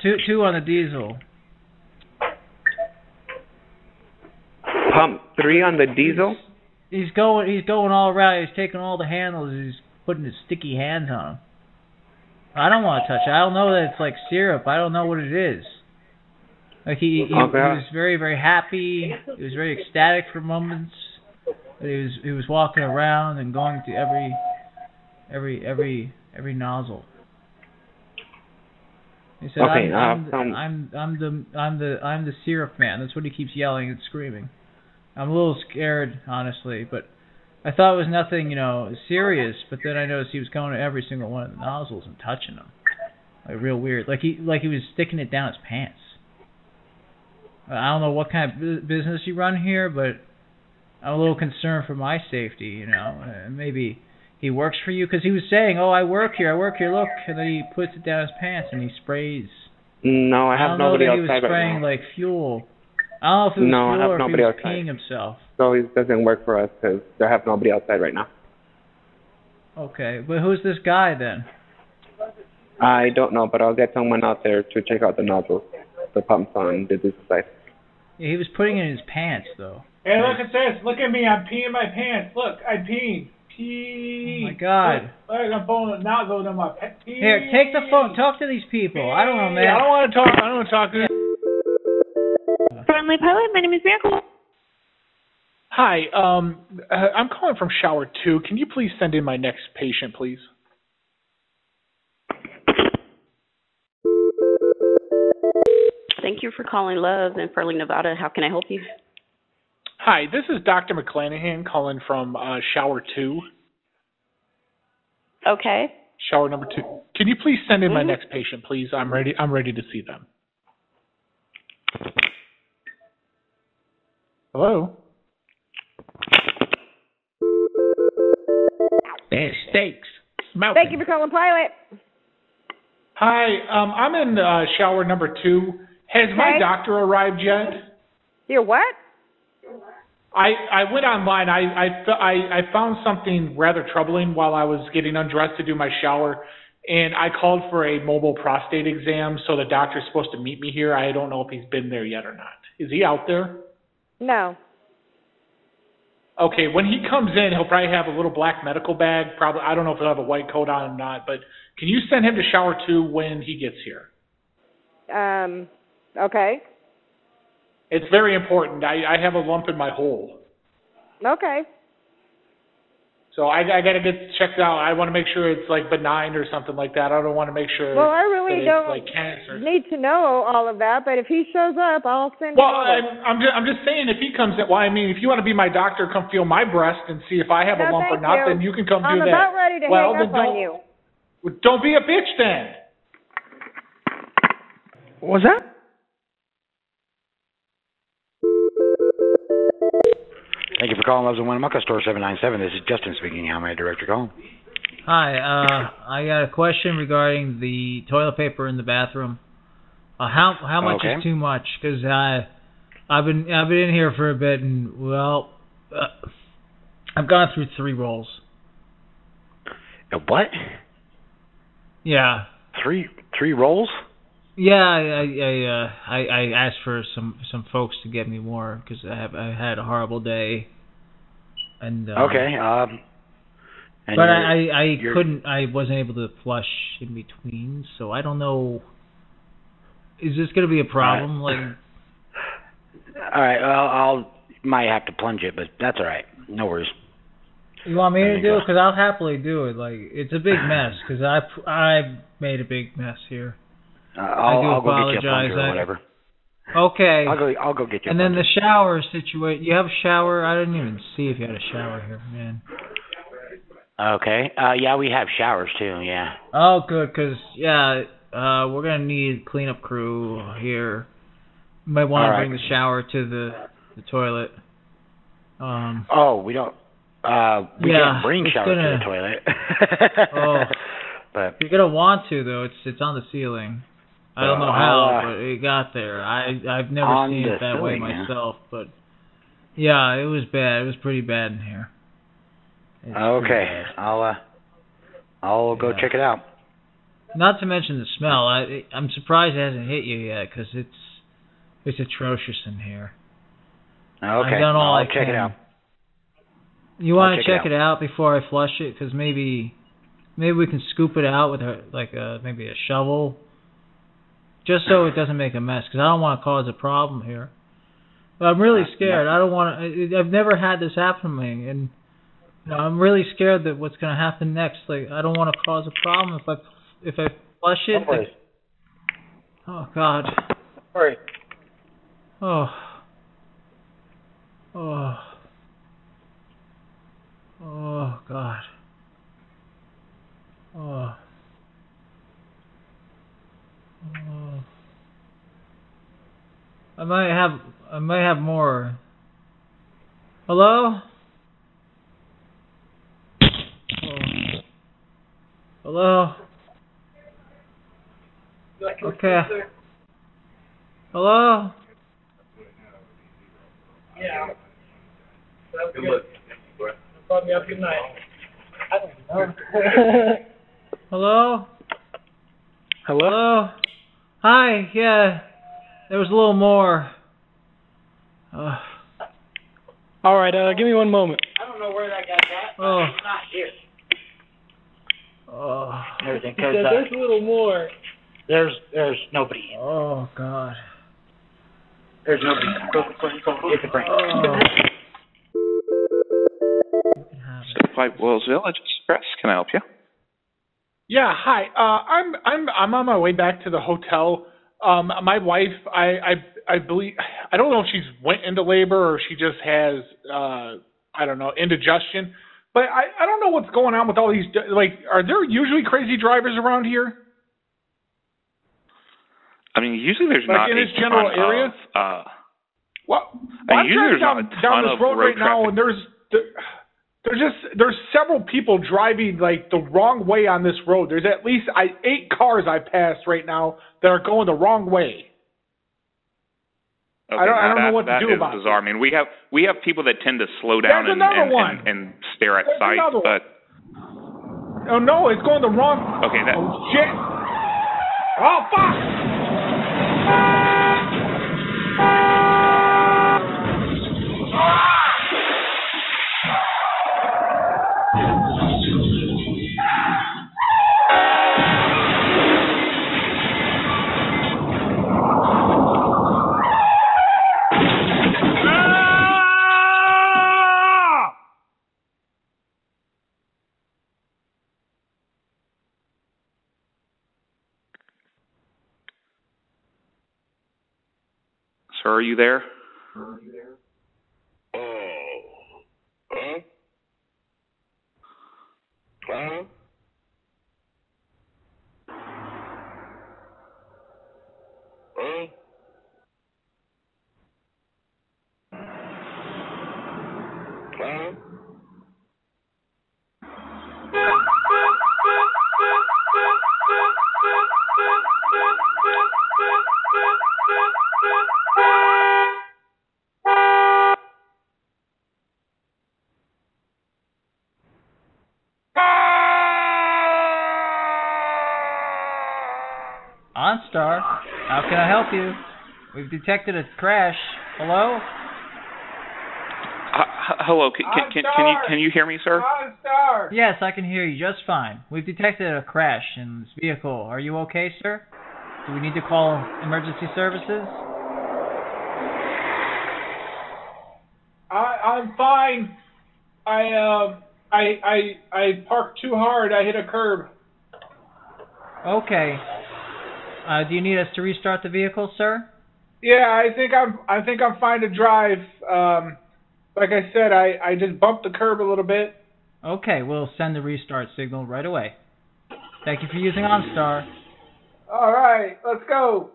two, two on the diesel. Pump three on the diesel. He's going. He's going all around. He's taking all the handles. He's putting his sticky hands on them. I don't want to touch it. I don't know that it's like syrup. I don't know what it is. Like he, he, he Okay. was very, very happy. He was very ecstatic for moments. But he was, he was walking around and going to every, every, every, every nozzle. He said, Okay, I'm, I'm, uh, the, um, I'm, I'm the, I'm the, I'm the syrup man. That's what he keeps yelling and screaming. I'm a little scared, honestly, but I thought it was nothing, you know, serious. But then I noticed he was going to every single one of the nozzles and touching them, like real weird. Like he, like he was sticking it down his pants. I don't know what kind of bu- business you run here, but I'm a little concerned for my safety. You know, uh, maybe he works for you because he was saying, "Oh, I work here, I work here." Look, and then he puts it down his pants and he sprays. No, I don't have know nobody that he was outside right spraying now. like fuel. I don't know if it was No, I fuel have or if nobody he was outside. peeing himself. So it doesn't work for us because I have nobody outside right now. Okay, but who's this guy then? I don't know, but I'll get someone out there to check out the nozzles, the pumps on the diesel side. Yeah, he was putting it in his pants though. Hey, look at this. Look at me. I'm peeing my pants. Look, I peed. Pee. Oh my God. Look, look I'm pulling a nozzle in my pants. Here, take the phone. Talk to these people. I don't know, man. I don't want to talk. I don't want to talk to Friendly Pilot, my name is Miracle. Hi, um, uh, I'm calling from shower two. Can you please send in my next patient, please? Thank you for calling Love in Furling, Nevada. How can I help you? Hi, this is Dr. McClanahan calling from uh, shower two, Okay. shower number two. Can you please send in my Mhm. next patient, please? I'm ready. I'm ready to see them. Hello. steaks. Thank you for calling Pilot. Hi, um, I'm in uh, shower number two. Has my Okay. doctor arrived yet? Your what? I, I went online. I, I, f- I- I found something rather troubling while I was getting undressed to do my shower, and I called for a mobile prostate exam. So the doctor's supposed to meet me here. I don't know if he's been there yet or not. Is he out there? No. Okay, when he comes in, he'll probably have a little black medical bag. Probably, I don't know if he'll have a white coat on or not. But can you send him to shower two when he gets here? Um, okay. It's very important. I, I have a lump in my hole, Okay. so I, I got to get checked out. I want to make sure it's like benign or something like that. I don't want to make sure. Well, I really that it's, don't like cancer. Need to know all of that, but if he shows up, I'll send Well, him. over. I'm, I'm just I'm just saying if he comes in. Well, I mean, if you want to be my doctor, come feel my breast and see if I have No, a lump or thank not. you. Then you can come I'm do that. about ready to well, hang then up on don't, you. well, Don't be a bitch then. What was that? Thank you for calling Loves and Winnemucca Store 797. This is Justin speaking. How may I direct your call? Hi, uh, I got a question regarding the toilet paper in the bathroom. Uh, how how much Okay. is too much? Because I I've been I've been in here for a bit and well, uh, I've gone through three rolls. A what? Yeah, Three three rolls? yeah. I I I, uh, I, I asked for some some folks to get me more because I have I had a horrible day. And uh, okay. Um, and but you're- I I, I you're- couldn't I wasn't able to flush in between, so I don't know. Is this gonna be a problem? Like All right. Well, I'll might have to plunge it, but that's all right. No worries. you want me There to you do go. it? Because I'll happily do it. Like it's a big mess because I p- I made a big mess here. Uh, I'll, I do will go get you a apologize. plunger I- or whatever. Okay. I'll go. I'll go get you. And a then the shower situation. You have a shower? I didn't even see if you had a shower here, man. plunger. okay. Uh, yeah, we have showers too. Yeah. Oh, good, cause yeah, uh, we're gonna need cleanup crew here. Might want All to right. bring the shower to the the toilet. Um. Oh, we don't. Uh, we Yeah, can't bring it's showers gonna- to the toilet. Oh. But You're gonna want to though. It's it's on the ceiling. I don't Well, know how, I'll, uh, but it got there. I I've never on seen the it that way ceiling, yeah. myself, but yeah, it was bad. It was pretty bad in here. It's pretty okay. I'll. Uh, I'll go Yeah. check it out. bad. Not to mention the smell. I I'm surprised it hasn't hit you yet because it's it's atrocious in here. Oh, Okay. I've done all I'll I check can. it out. You want to check it check, it, out. before I flush it, because maybe, maybe we can scoop it out with a like a maybe a shovel, just so it doesn't make a mess. Because I don't want to cause a problem here. But I'm Uh, really scared. I don't want to. I've never had this happen to me, and you know, I'm really scared that what's going to happen next. Like I don't want to cause a problem if I if I flush it. No worries. oh God. Sorry. Oh. Oh. Oh God. Oh. Oh. I might have I might have more. Hello? Oh. Hello? Okay. Hello? Yeah. That's good. Call me up. Good night. I don't know. Hello? Hello? Hi, yeah. There was a little more. Uh, All right, uh, give me one moment. I don't know where I got that. Oh. It's not here. oh. Everything He said, there's a little more. there's there's nobody. Oh God. There's nobody. Go, go, go, go get the brain. Pipe Wells Village Express. Can I help you? Yeah, hi. Uh, I'm I'm I'm on my way back to the hotel. Um, my wife, I I I believe I don't know if she's went into labor or she just has uh I don't know indigestion. But I I don't know what's going on with all these like are there usually crazy drivers around here? I mean, usually there's Like not in a this general ton area? Of, uh, Well, I I'm mean, usually driving there's not a down, down ton this of road, road right now, and there's there, there's just there's several people driving like the wrong way on this road. There's at least I, eight cars I passed right now that are going the wrong way. Okay, I don't- now I don't know that- what to that do is about it. bizarre. I mean, we have we have people that tend to slow down There's and, another and, one. and, and stare at There's sights, another one. but Oh no, it's going the wrong. okay, that shit. Oh fuck! Ah! Sir, are you there? Oh. Huh? Huh? Huh? Huh? OnStar, how can I help you? We've detected a crash. Hello? H- hello, can, can, can, can you can you hear me, sir? Yes, I can hear you just fine. We've detected a crash in this vehicle. Are you okay, sir? Do we need to call emergency services? I, I'm fine. I um I I I parked too hard. I hit a curb. Okay. Uh, do you need us to restart the vehicle, sir? Yeah, I think I'm I think I'm fine to drive. Um, like I said, I I just bumped the curb a little bit. Okay, we'll send the restart signal right away. Thank you for using OnStar. All right, let's go.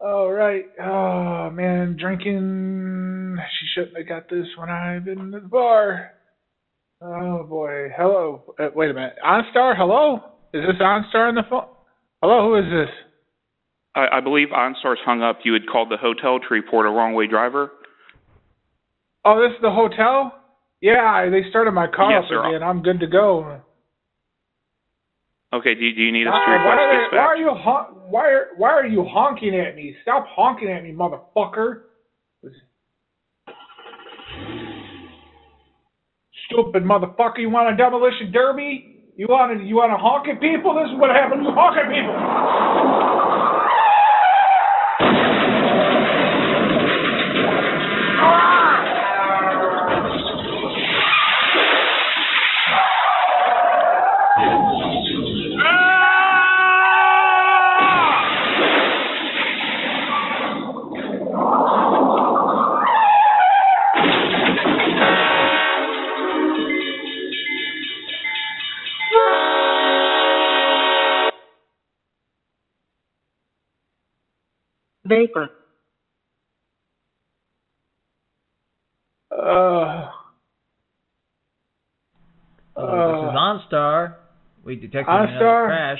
All right. Oh man, drinking. She shouldn't have got this when I've been to the bar. Oh boy. Hello. Uh, wait a minute. OnStar. Hello. Is this OnStar on the phone? Hello. Who is this? I, I believe OnStar's hung up. You had called the hotel to report a wrong way driver. Oh, this is the hotel. Yeah, they started my car Yes, up sir. again. I'm good to go. Okay, do, do you need us to Why, request why are they- why dispatch? are you hon- why are why are you honking at me? Stop honking at me, motherfucker! Stupid motherfucker! You want a demolition derby? You want to you want to honk at people? This is what happens. You honk at people. Vapor. Uh, Hello, Oh, this is OnStar. We detected another OnStar? crash.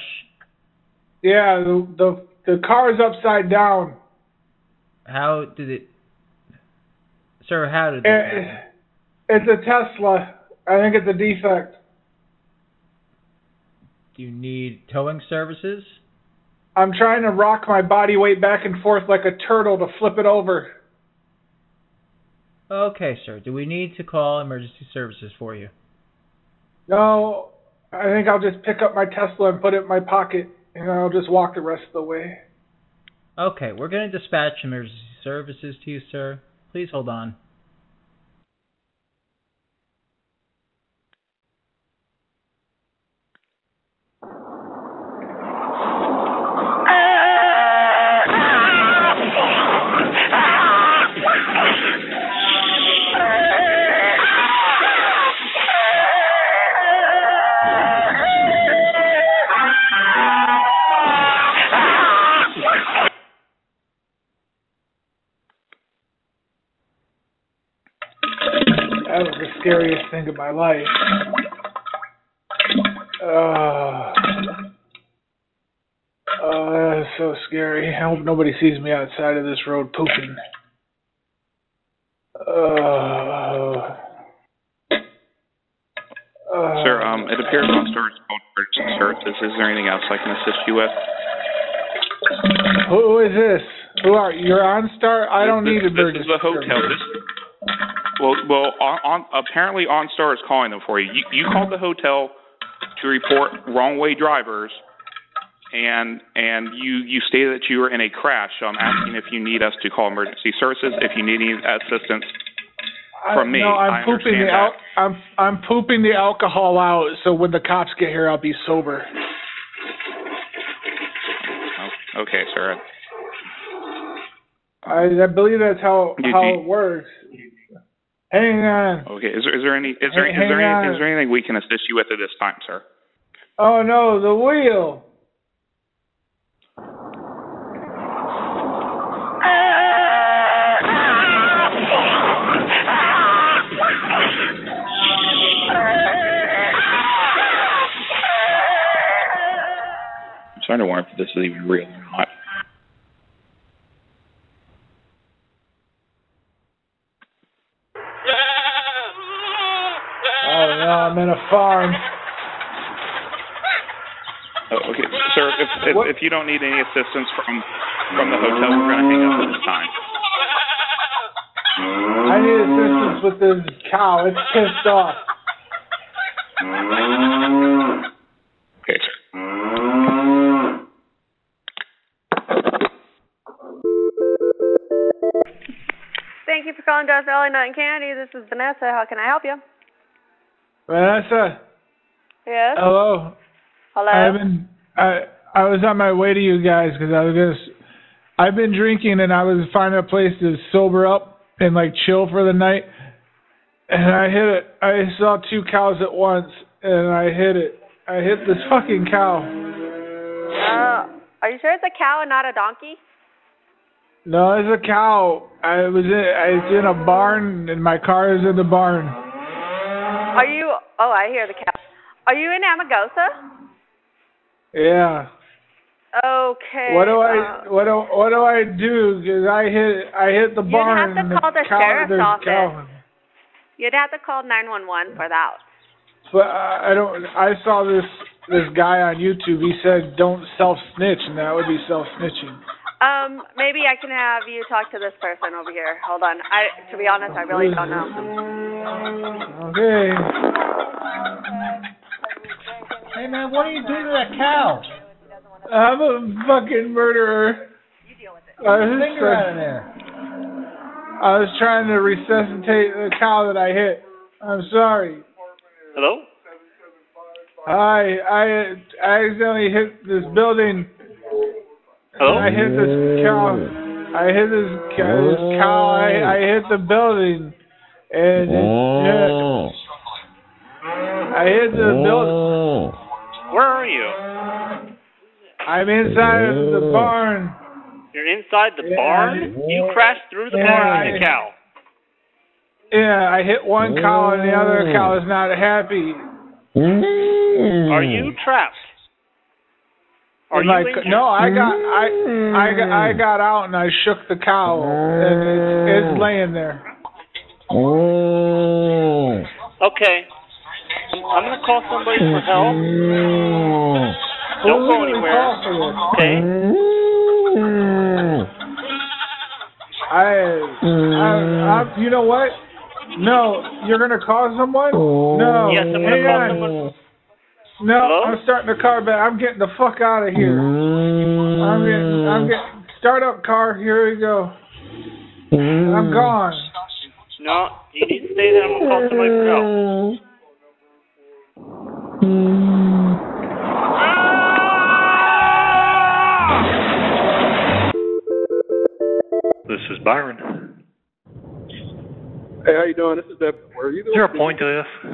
yeah, the the the car is upside down. How did it, sir? How did Eh, this happen? It's a Tesla. I think it's a defect. Do you need towing services? I'm trying to rock my body weight back and forth like a turtle to flip it over. Okay, sir. Do we need to call emergency services for you? No, I think I'll just pick up my Tesla and put it in my pocket, and I'll just walk the rest of the way. Okay, we're going to dispatch emergency services to you, sir. Please hold on. That was the scariest thing of my life. Uh, oh, that is so scary. I hope nobody sees me outside of this road pooping. Uh, uh, Sir, um, it appears OnStar is called emergency services. Is there anything else I can assist you with? who who is this? Who are you? You're on Star? I don't this, need a This is the hotel. This, well, well, on, on, apparently OnStar is calling them for you. you. You called the hotel to report wrong way drivers, and and you you stated that you were in a crash. So I'm asking if you need us to call emergency services. If you need any assistance from me, No, I I'm pooping understand the that. al- I'm I'm pooping the alcohol out, so when the cops get here, I'll be sober. Oh, okay, sir. I, I believe that's how You- how you- it works. Hang on. Okay. Is there, is there any is there, is Hang there on. any, is there anything we can assist you with at this time, sir? Oh no, the wheel. I'm starting to wonder if this is even real or not. Oh no, I'm in a farm. Oh, okay, sir. If, if if you don't need any assistance from from the hotel, we're going to hang up at this time. I need assistance with this cow. It's pissed off. Okay, sir. Thank you for calling Dust Valley Nut and Candy. This is Vanessa. How can I help you? Vanessa, Yes. hello. Hello. I've been I I was on my way to you guys because I was just I've been drinking and I was finding a place to sober up and like chill for the night. And I hit it. I saw two cows at once and I hit it. I hit this fucking cow. Uh, are you sure it's a cow and not a donkey? No, it's a cow. I was in, I was in a barn and my car is in the barn. Are you? Oh, I hear the cow. Are you in Amagosa? Yeah. Okay. What do uh, I what do what do I do? Cause I hit I hit the You'd have barn. to and call the cow, sheriff's there's office. Cow. You'd have to call 911 for that. But I I don't. I saw this this guy on YouTube. He said, "Don't self snitch," and that would be self snitching. Um, maybe I can have you talk to this person over here. Hold on. I, to be honest, I really don't know. Okay. Hey man, what are you doing to that cow? I'm a fucking murderer. I was, Finger just- out of there. I was trying to resuscitate the cow that I hit. I'm sorry. Hello? I I I accidentally hit this building. Hello? I hit this cow. I hit this cow. This cow. I I hit the building, and it, Oh. yeah, I hit the building. Where are you? I'm inside of the barn. You're inside the Yeah. barn? You crashed through the Yeah, barn I- with the cow. Yeah, I hit one cow and the other cow is not happy. Are you trapped? Are And you like, injured? no, I got I I got, I got out and I shook the cow and it's, it's laying there. Okay. I'm going to call somebody for help. Don't go anywhere. Okay? I, I, I Uh, you know what? No, you're gonna call someone? Oh. No. Yes, I'm gonna Hang call on. someone. No, Hello? I'm starting the car back. I'm getting the fuck out of here. I'm getting I'm getting start up car. Here we go. Mm. I'm gone. No, you need to stay there. I'm going to call somebody for help. This is Byron. Hey, how you doing? This is Deb. Where are you? Is there a point to this?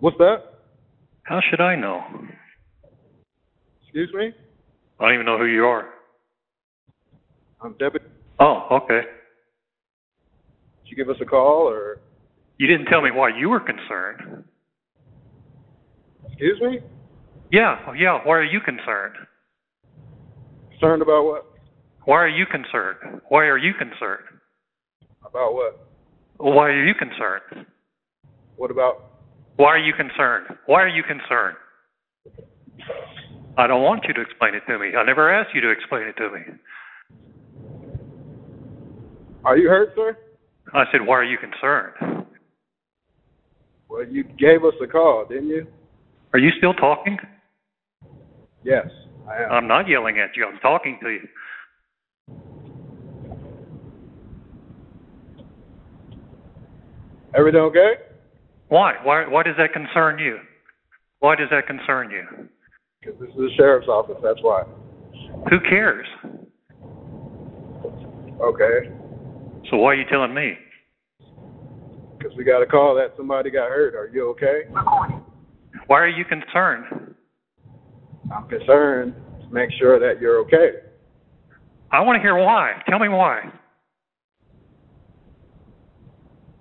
What's that? How should I know? Excuse me? I don't even know who you are. I'm Deputy. Oh, okay. Did you give us a call or? You didn't tell me why you were concerned. Excuse me? Yeah, oh, yeah. Why are you concerned? Concerned about what? Why are you concerned? Why are you concerned? About what? Why are you concerned? What about? Why are you concerned? Why are you concerned? I don't want you to explain it to me. I never asked you to explain it to me. Are you hurt, sir? I said, why are you concerned? Well, you gave us a call, didn't you? Are you still talking? Yes. I'm not yelling at you. I'm talking to you. Everything okay? Why? Why? Why does that concern you? Why does that concern you? Because this is the sheriff's office. That's why. Who cares? Okay, So why are you telling me? because we got a call that somebody got hurt. Are you okay? Why are you concerned? I'm concerned. to Make sure that you're okay. I want to hear why. Tell me why.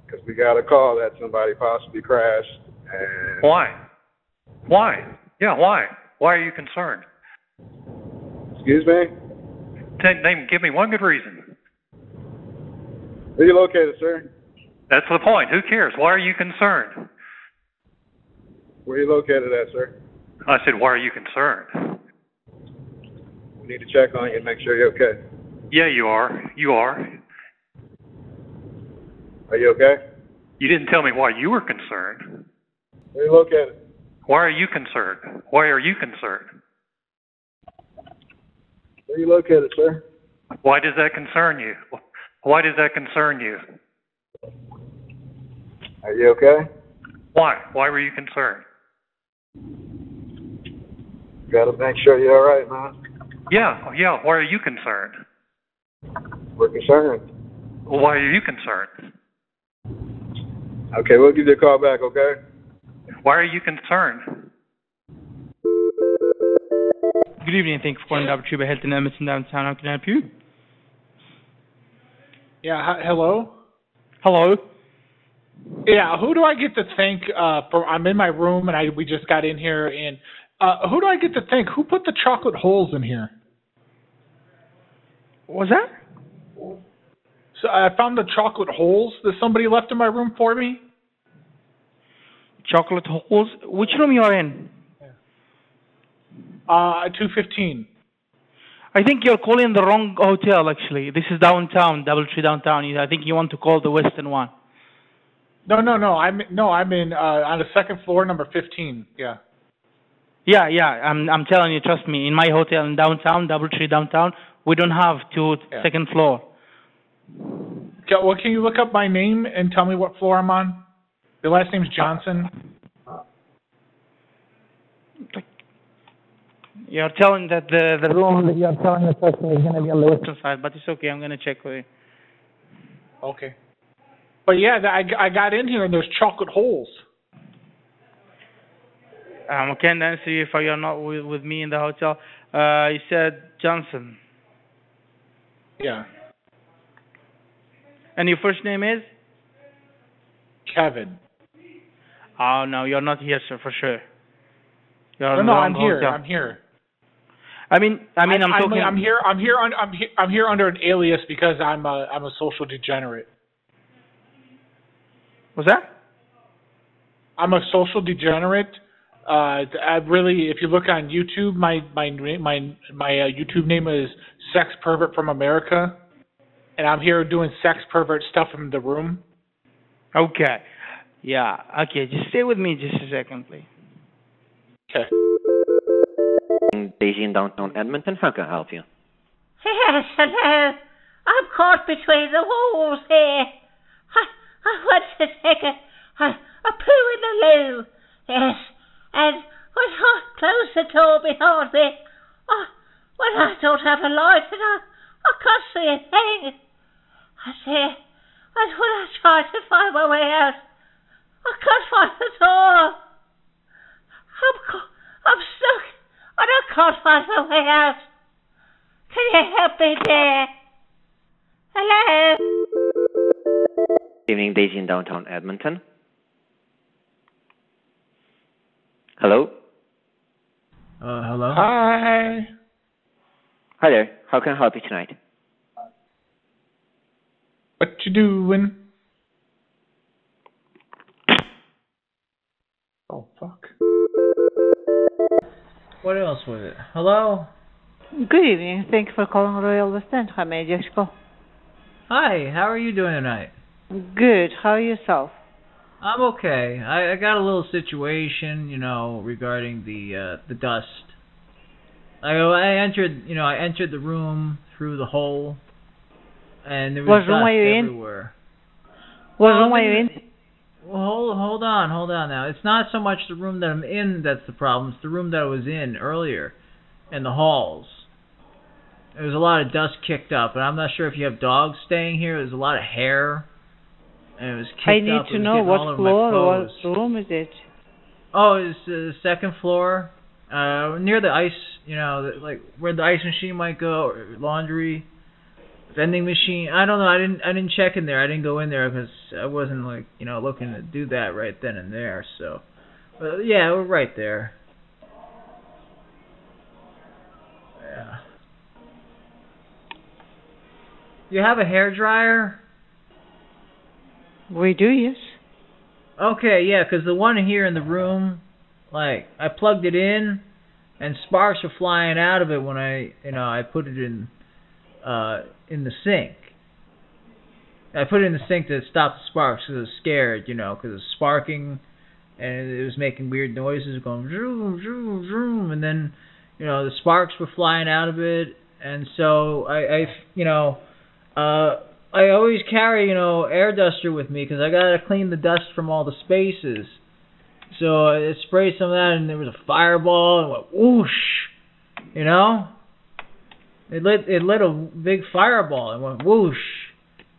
Because we got a call that somebody possibly crashed. And Why? Why? Yeah, why? Why are you concerned? Excuse me. T- name, give me one good reason. Where you located, sir? That's the point. Who cares? Why are you concerned? Where you located at, sir? I said, why are you concerned? We need to check on you and make sure you're okay. Yeah, you are. You are. Are you okay? You didn't tell me why you were concerned. Where you located? Why are you concerned? Why are you concerned? Where you located, sir? Why does that concern you? Why does that concern you? Are you okay? Why? Why were you concerned? Got to make sure you're all right, man. Yeah, yeah. Why are you concerned? We're concerned. Why are you concerned? Okay, we'll give you a call back, okay? Why are you concerned? Good evening. Thank you for calling Dr. Chuba Health and Emerson Downtown. How can I help you? Yeah. Hi, hello. Hello. Yeah. Who do I get to thank? Uh, for I'm in my room and I we just got in here and uh, who do I get to thank? Who put the chocolate holes in here? What was that? So I found the chocolate holes that somebody left in my room for me. Chocolate holes. Which room you are in? Uh, two fifteen. I think you're calling the wrong hotel. Actually, this is downtown, DoubleTree downtown. You- I think you want to call the Western one. No, no, no. I'm no. I'm in uh, on the second floor, number fifteen. Yeah. Yeah, yeah. I'm I'm telling you. Trust me. In my hotel in downtown, DoubleTree downtown, we don't have two second Yeah. floor. Okay, well, can you look up my name and tell me what floor I'm on? The last name's Johnson. You're telling that the the room that you're telling the person is gonna be on the western side, but it's okay. I'm gonna check with you. Okay. But yeah, th- I, I got in here and there's chocolate holes. Um, I can't answer you if you're not with, with me in the hotel. Uh, you said Johnson, Yeah. and your first name is? Kevin. Oh no, you're not here, sir, for sure. You're No, in no, the I'm wrong here. hotel. I'm here. I mean, I mean, I'm, I'm, talking. I'm here. I'm here. Un, I'm here. I'm here under an alias because I'm a I'm a social degenerate. What's that? I'm a social degenerate. Uh, I really, if you look on YouTube, my my my my uh, YouTube name is Sex Pervert from America, and I'm here doing sex pervert stuff from the room. Okay. Yeah. Okay. Just stay with me, just a second, please. Okay. Beijing, downtown Edmonton. How can I help you? Yes, hello. I'm caught between the walls here. I, I want to take a, a, a poo in the loo. Yes, and when I closed the door behind me, I, when I don't have a light and I, I can't see a thing. I see, and when I try to find my way out, I can't find the door. I'm, ca- I'm stuck and I can't find my way out. Can you help me there? Hello? Good evening, Beijing, downtown Edmonton. Hello. Uh, hello? Hi. Hi there. How can I help you tonight? What you doing? Oh fuck. What else was it? Hello? Good evening. Thank you for calling Royal West End. How may I just go? Hi, how are you doing tonight? Good. How are yourself? I'm okay. I, I got a little situation, you know, regarding the uh, the dust. I I entered, you know, I entered the room through the hole, and there was What dust room are you in? everywhere. Um, What Well, room are you then- in? Well, hold hold on, hold on now. It's not so much the room that I'm in that's the problem. It's the room that I was in earlier, in the halls. There's a lot of dust kicked up, and I'm not sure if you have dogs staying here. There's a lot of hair, and it was kicked I need up. It to was know getting all what over my floor or clothes. what room is it. Oh, it's the second floor, uh, near the ice. You know, the- like where the ice machine might go, or laundry, vending machine. I don't know. I didn't. I didn't check in there. I didn't go in there because I wasn't like you know looking to do that right then and there. So, but yeah, we're right there. Yeah. You have a hair dryer? We do, yes. Okay, yeah, 'cause the one here in the room, like I plugged it in, and sparks were flying out of it when I, you know, I put it in, uh, in the sink. I put it in the sink to stop the sparks 'cause I was scared, you know, 'cause it was sparking, and it was making weird noises, going zoom, zoom, zoom, and then, you know, the sparks were flying out of it, and so I, I you know, uh. I always carry, you know, air duster with me 'cause I gotta clean the dust from all the spaces. So I sprayed some of that, and there was a fireball, and it went whoosh. You know, it lit it lit a big fireball, and went whoosh,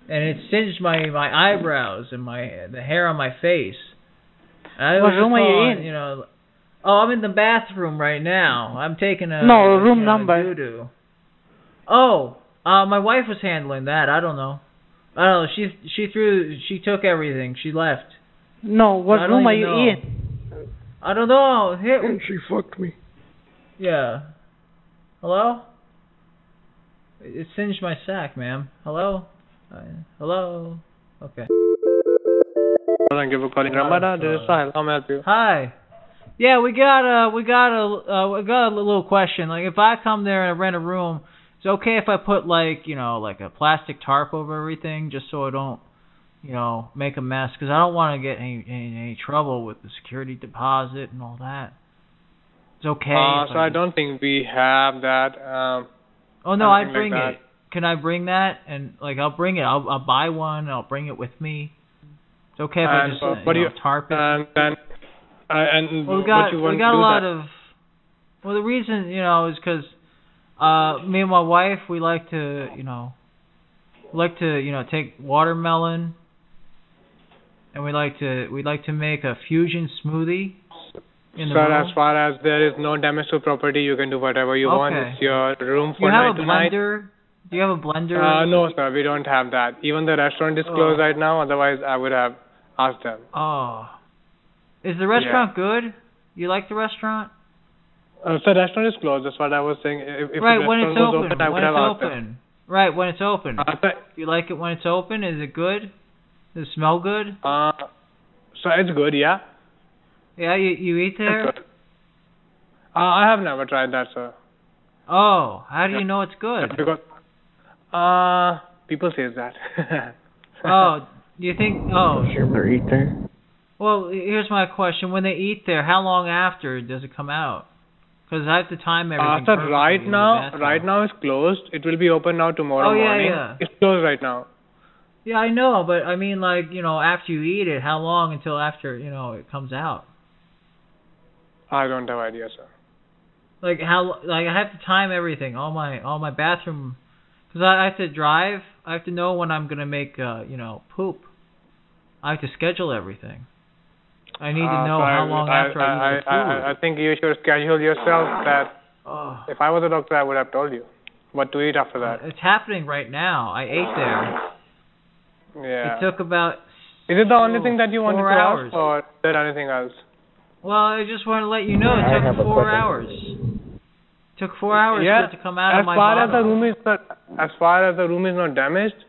and it singed my my eyebrows and my the hair on my face. I What was room are you recall, in? You know, oh, I'm in the bathroom right now. I'm taking a No, room Uh, you know, number. doo-doo. Oh, uh, my wife was handling that. I don't know. I don't know. She she threw she took everything. She left. No, what I don't room are even you know. in? I don't know. Here, she fucked me. yeah. Hello? It singed my sack, ma'am. Hello? Uh, hello? Okay. Thank you for calling Ramada. This is Sahil. How may I help you? Hi. Yeah, we got a we got a uh, we got a little question. Like, if I come there and rent a room, it's okay if I put like you know like a plastic tarp over everything just so I don't you know make a mess because I don't want to get any, any any trouble with the security deposit and all that. It's okay. Uh, if so I don't think we have that. Um, Oh no, I anything like bring that. it. Can I bring that? And like, I'll bring it. I'll I'll buy one. I'll bring it with me. It's okay if I And just uh, you what do know, you tarp it. And then, uh, and Well, we what got you we want got to a do lot that. of. Well, the reason you know is because uh, me and my wife we like to you know like to you know take watermelon and we like to we like to make a fusion smoothie. In the Sir, room. as far as there is no damage to property, you can do whatever you want. Okay. It's your room you for have a night to night. blender? Do you have a blender? Uh, no, sir, we don't have that. Even the restaurant is Oh. closed right now. Otherwise, I would have asked them. Oh. Is the restaurant good? You like the restaurant? Uh, so restaurant is closed. That's what I was saying. If, if right the when it's restaurant was open. open, I would when have it's asked open. them. Right when it's open. Uh, sir, you like it when it's open? Is it good? Does it smell good? Uh, so it's good, yeah. Yeah, you you eat there. It's good. Uh, I have never tried that, sir. Oh, how do you know it's good? Because uh, people say that. Oh, you think? Oh, Sure, eat there. well. Here's my question: When they eat there, how long after does it come out? Because I have to time everything. Uh, sir, perfectly right in the now, bathroom. right now it's closed. It will be open now tomorrow Oh, yeah, morning. yeah. It's closed right now. Yeah, I know, but I mean, like, you know, after you eat it, how long until after you know it comes out? I don't have idea, sir. like how like I have to time everything, all my all my bathroom, because I, I have to drive. I have to know when I'm gonna make uh you know poop. I have to schedule everything. I need Uh, to know so how I, long I, after I, I, eat the I, food. Oh. I, I think you should schedule yourself that. If I was a doctor, I would have told you what to eat after that. it's happening right now. I ate there. Yeah. It took about Is it the only oh, thing that you wanted four to hours. ask, or is there anything else? Well, I just want to let you know I it have took a four question. hours. took four hours yeah. for it to come out as of my far bottle. as the room is not, as far as the room is not damaged,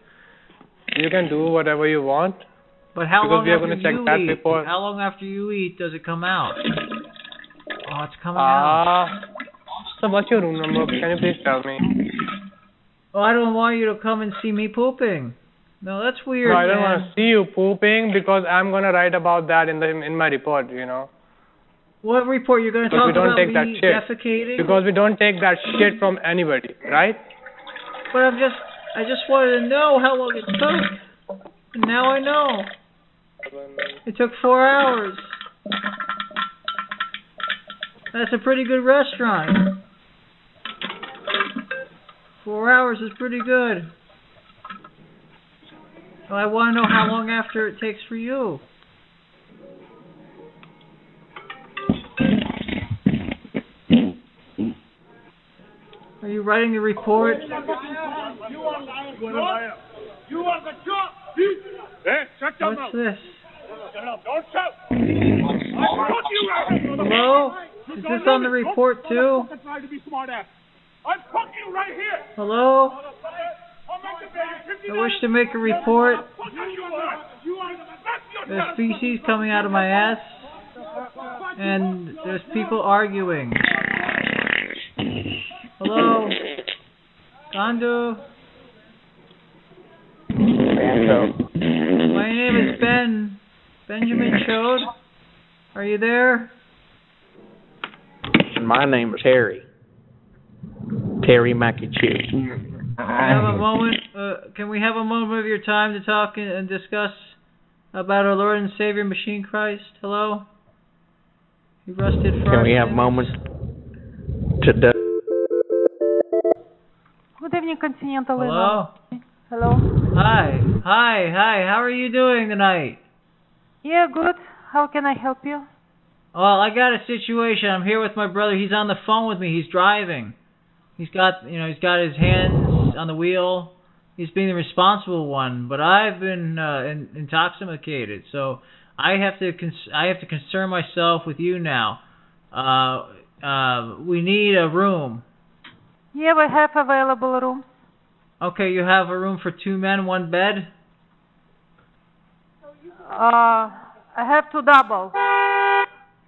you can do whatever you want. But how long because we are after gonna check you that eat? before. How long after you eat does it come out? Oh, it's coming out. Ah, so what's your room number? Can you please tell me? Oh, I don't want you to come and see me pooping. No, that's weird, no, I don't man. want to see you pooping because I'm gonna write about that in the in my report. You know, What report you're gonna Because talk we don't about take that me shit. defecating? because we don't take that shit from anybody, right? But I'm just, I just wanted to know how long it took. And now I know. It took four hours. That's a pretty good restaurant. Four hours is pretty good. Well, I want to know how long after it takes for you. Are you writing the report? You are the cop! Hey, shut your mouth! What's this? Shut up, don't shout! I shot you out! Hello? Is this on the report too? Try to be smart ass. I'm fucking you right here! Hello? I'll make the baby I wish to make a report. Fuck you, you are! You are the best you There's feces coming out of my ass, and there's people arguing. Hello? Gandu? My name Mm-hmm. is Ben. Benjamin Chode. Are you there? And my name is Harry. Terry McAchew. Have a moment. Uh, can we have a moment of your time to talk and, and discuss about our Lord and Savior, Machine Christ? Hello. He rusted for. Can we have a moment to do? Good evening, Continental. Hello. Hello. Hi. Hi. Hi. How are you doing tonight? Yeah, good. How can I help you? Well, I got a situation. I'm here with my brother. He's on the phone with me. He's driving. He's got, you know, he's got his hands on the wheel. He's being the responsible one, but I've been uh, in, intoxicated, so I have to cons- I have to concern myself with you now. Uh, uh, we need a room. Yeah, we have available room. Okay, you have a room for two men, one bed. Uh, I have to double.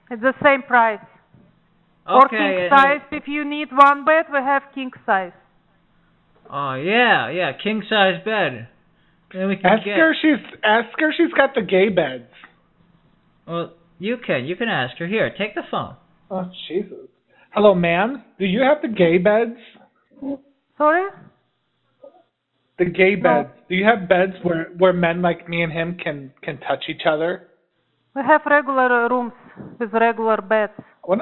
It's the same price. or Okay, king and- size. If you need one bed, we have king size. Oh yeah, yeah, king size bed. Then we can Ask get. her if she's ask her if she's got the gay beds. Well, you can. You can ask her. Here, take the phone. Oh Jesus. Hello, ma'am. Do you have the gay beds? Sorry? The gay beds. Do you have beds where where men like me and him can can touch each other? We have regular uh, rooms with regular beds. When,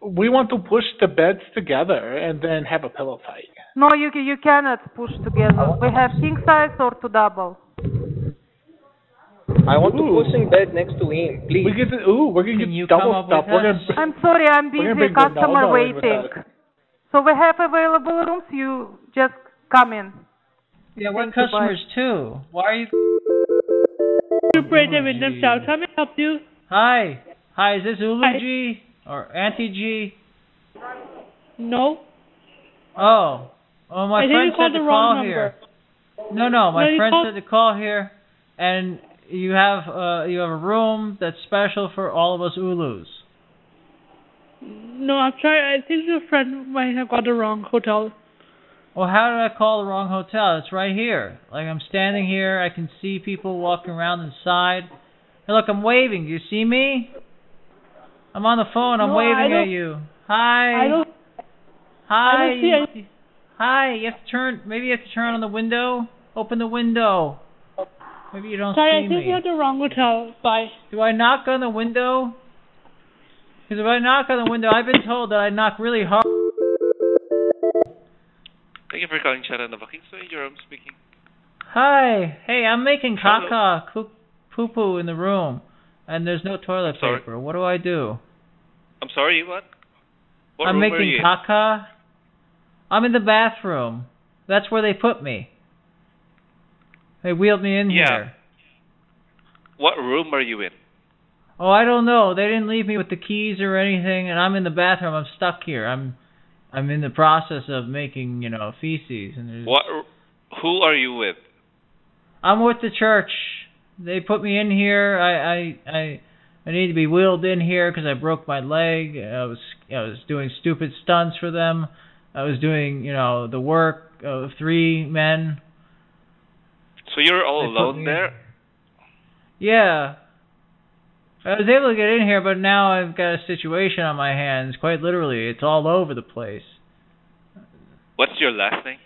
we want to push the beds together and then have a pillow fight. No, you ca- you cannot push together. We have king size or two double. I want to push in bed next to him, please. We get to, ooh, we're gonna get double stuff. We're gonna I'm sorry, I'm we're gonna busy. bring Customer Ronaldo in with waiting. us. So we have available rooms. You just come in. Yeah, what Customers too. Why are you? Superintendent Nim Shao, how may I help you? Hi. Hi, is this Ulu G or Auntie G? No. Oh. Oh, my I think friend you said called to the call wrong here. No, no, my No, you friend called- said to call here, and you have uh you have a room that's special for all of us Ulus. No, I'm sorry. I think your friend might have got the wrong hotel. Well, how did I call the wrong hotel? It's right here. Like I'm standing here, I can see people walking around inside. Hey, look, I'm waving. Do you see me? I'm on the phone. I'm No, I waving at don't- you. Hi. I don't. Hi. I don't see anything. Hi. You have to turn. Maybe you have to turn on the window. Open the window. Maybe you don't Sorry, see I think me. you have the wrong hotel. Bye. Do I knock on the window? Because if I knock on the window, I've been told that I knock really hard. Thank you for calling Sharon of Akinsoy. Jerome speaking. Hi. Hey, I'm making Hello. caca coo- poo poo in the room, and there's no toilet Sorry. paper. What do I do? I'm sorry, what? What I'm room are making you in? caca. I'm in the bathroom. That's where they put me. They wheeled me in Yeah. here. What room are you in? Oh, I don't know. They didn't leave me with the keys or anything, and I'm in the bathroom. I'm stuck here. I'm, I'm in the process of making, you know, feces, and there's. What? r- Who are you with? I'm with the church. They put me in here. I I I, I need to be wheeled in here because I broke my leg. I was I was doing stupid stunts for them. I was doing you know the work of three men. So you're They all put me alone in. there? Yeah. I was able to get in here, but now I've got a situation on my hands. Quite literally, it's all over the place. What's your last name?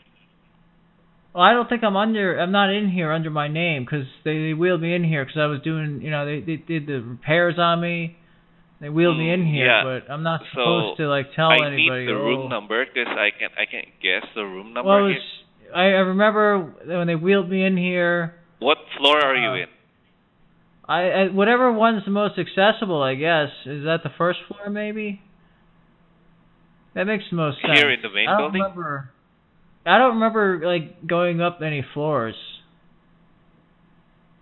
Well, I don't think I'm under. I'm not in here under my name because they, they wheeled me in here because I was doing. You know, they they did the repairs on me, They wheeled me in here, Mm, yeah. but I'm not So, supposed to like tell I anybody. need the oh. room number because I can I can guess the room number. Well, it was- here. I, I remember when they wheeled me in here. What floor are you in? I, I whatever one's the most accessible, I guess. Is that the first floor, maybe? That makes the most sense. Here in the main I don't building? remember. I don't remember like going up any floors.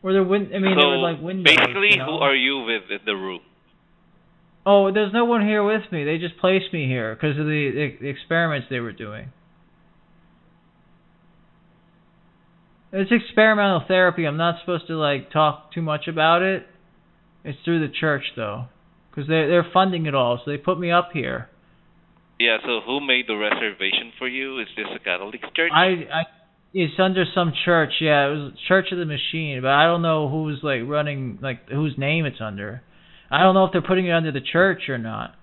Were there win? I mean, so there were like windows. basically, you know? who are you with in the room? Oh, there's no one here with me. They just placed me here because of the, the experiments they were doing. It's experimental therapy. I'm not supposed to like talk too much about it. It's through the church though, because they they're funding it all. So they put me up here. Yeah. So who made the reservation for you? Is this a Catholic church? I I it's under some church. Yeah, it was Church of the Machine, but I don't know who's like running like whose name it's under. I don't know if they're putting it under the church or not.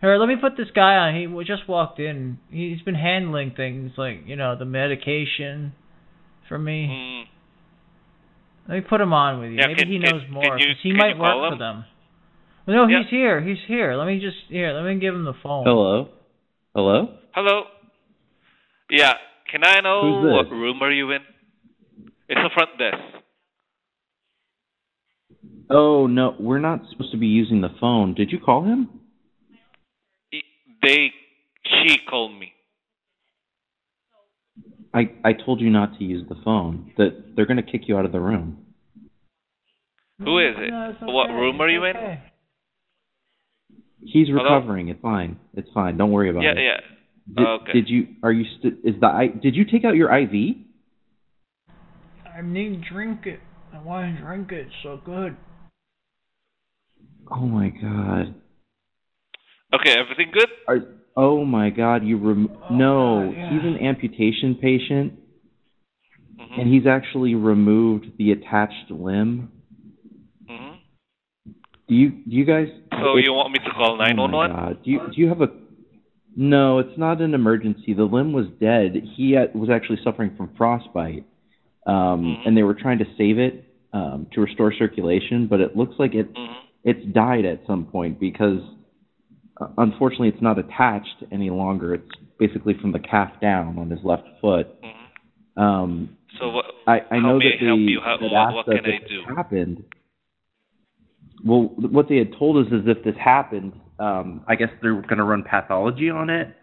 Here, let me put this guy on. He w- just walked in. He's been handling things like you know the medication for me. Let me put him on with you. Yeah, Maybe Hmm. can- he can- knows can more. you- 'cause he can might you work call for him? them. Well, no, he's here. He's here. Let me just here. Let me give him the phone. Hello? Hello? Hello. Yeah. Can I know Who's what this? room are you in? It's the front desk. Oh, no, we're not supposed to be using the phone. Did you call him? They she called me. I, I told you not to use the phone. That they're going to kick you out of the room. Who is it? What room are you in? He's Hello? recovering. It's fine. It's fine. Don't worry about Yeah, it. yeah. Oh, Did, okay. Did you are you st- is the I- did you take out your IV? I need to drink it. I want to drink it. So good. Oh my god. Okay, everything good? Are oh my god, you rem- no, Oh God, yeah. he's an amputation patient. Mm-hmm. And he's actually removed the attached limb. hmm Do you do you guys So it- you want me to call nine one one? Oh God, do you do you have a? No, it's not an emergency. The limb was dead. He uh, was actually suffering from frostbite, um, Mm-hmm. and they were trying to save it um, to restore circulation. But it looks like it Mm-hmm, it's died at some point because uh, unfortunately it's not attached any longer. It's basically from the calf down on his left foot. Um, mm-hmm. So what? I, I how know may that I help the you? How, that what, what asked can us if I this do? happened. Well, th- what they had told us is if this happened, um, I guess they were going to run pathology on it.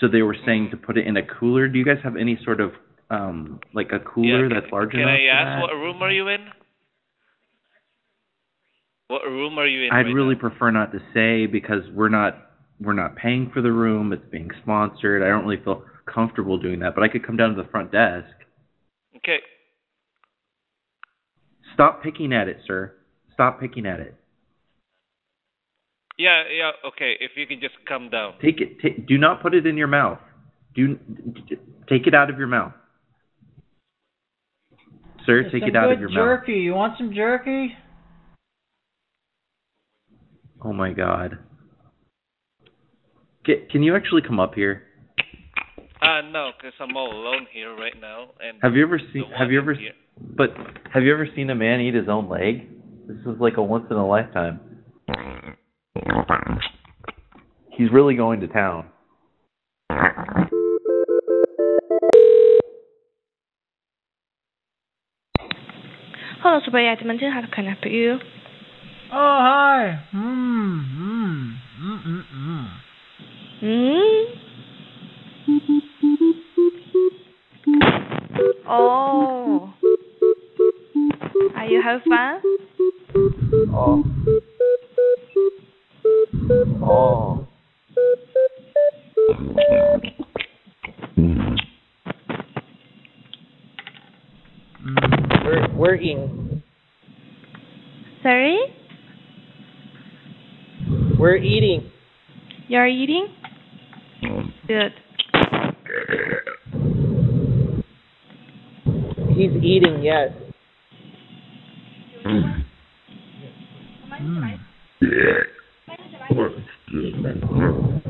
So they were saying to put it in a cooler. Do you guys have any sort of um, like a cooler that's large Can enough? I for ask that? what room are you in? What room are you in? I'd right really prefer not to say because we're not we're not paying for the room. It's being sponsored. I don't really feel comfortable doing that. But I could come down to the front desk. now? Okay. Stop picking at it, sir. Stop picking at it. Yeah, yeah. Okay, if you can just come down. Take it. ta do not put it in your mouth. Do d- d- take it out of your mouth, sir. There's take some it out of good your mouth. jerky. You want some jerky? Oh my god. Get, can you actually come up here? Uh no, because I'm all alone here right now, and Have you ever seen? the Have you one ever? in here- But have you ever seen a man eat his own leg? This is like a once in a lifetime. He's really going to town. Hello, Surabaya Dimension. How can I help you? Oh hi. Hmm. Hmm. Mm. Mm. Mm. Hmm? Hmm? Oh. Are you having fun? Oh. Oh. We're, we're eating. Sorry? We're eating. You're eating? Good. He's eating, yes. Hmm.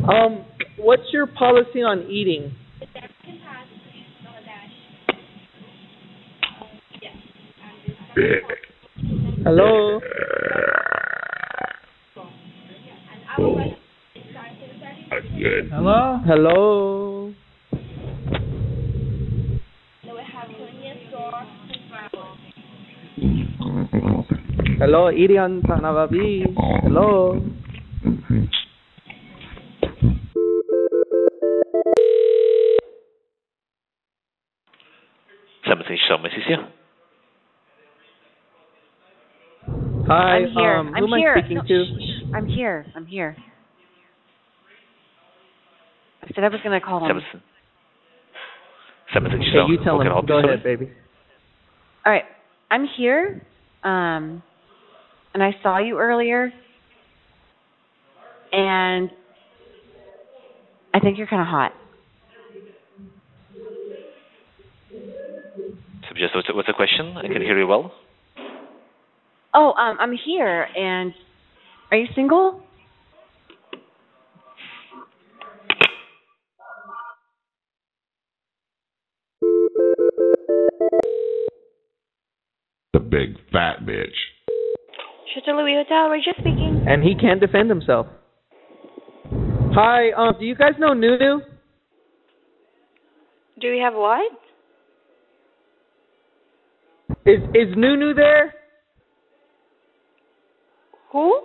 Um, what's your policy on eating? Hello? Hello? Hello. Hello, Irian Tanababi. Hello. Something Thomas is here. Hi. I'm here. Um, who I'm am here. I speaking No, to? shh, shh. I'm here. I'm here. I said I was going to call him. Something. Something Okay, you tell him. Go ahead, baby. All right. I'm here. Um, and I saw you earlier. And I think you're kind of hot. So just what's, what's the question? I can hear you well. Oh, um, I'm here. And are you single? The big fat bitch. Chateau Louis Hotel, Rachel speaking. And he can't defend himself. Hi. Um, do you guys know Nunu? Do we have what? Is is Nunu there? Who?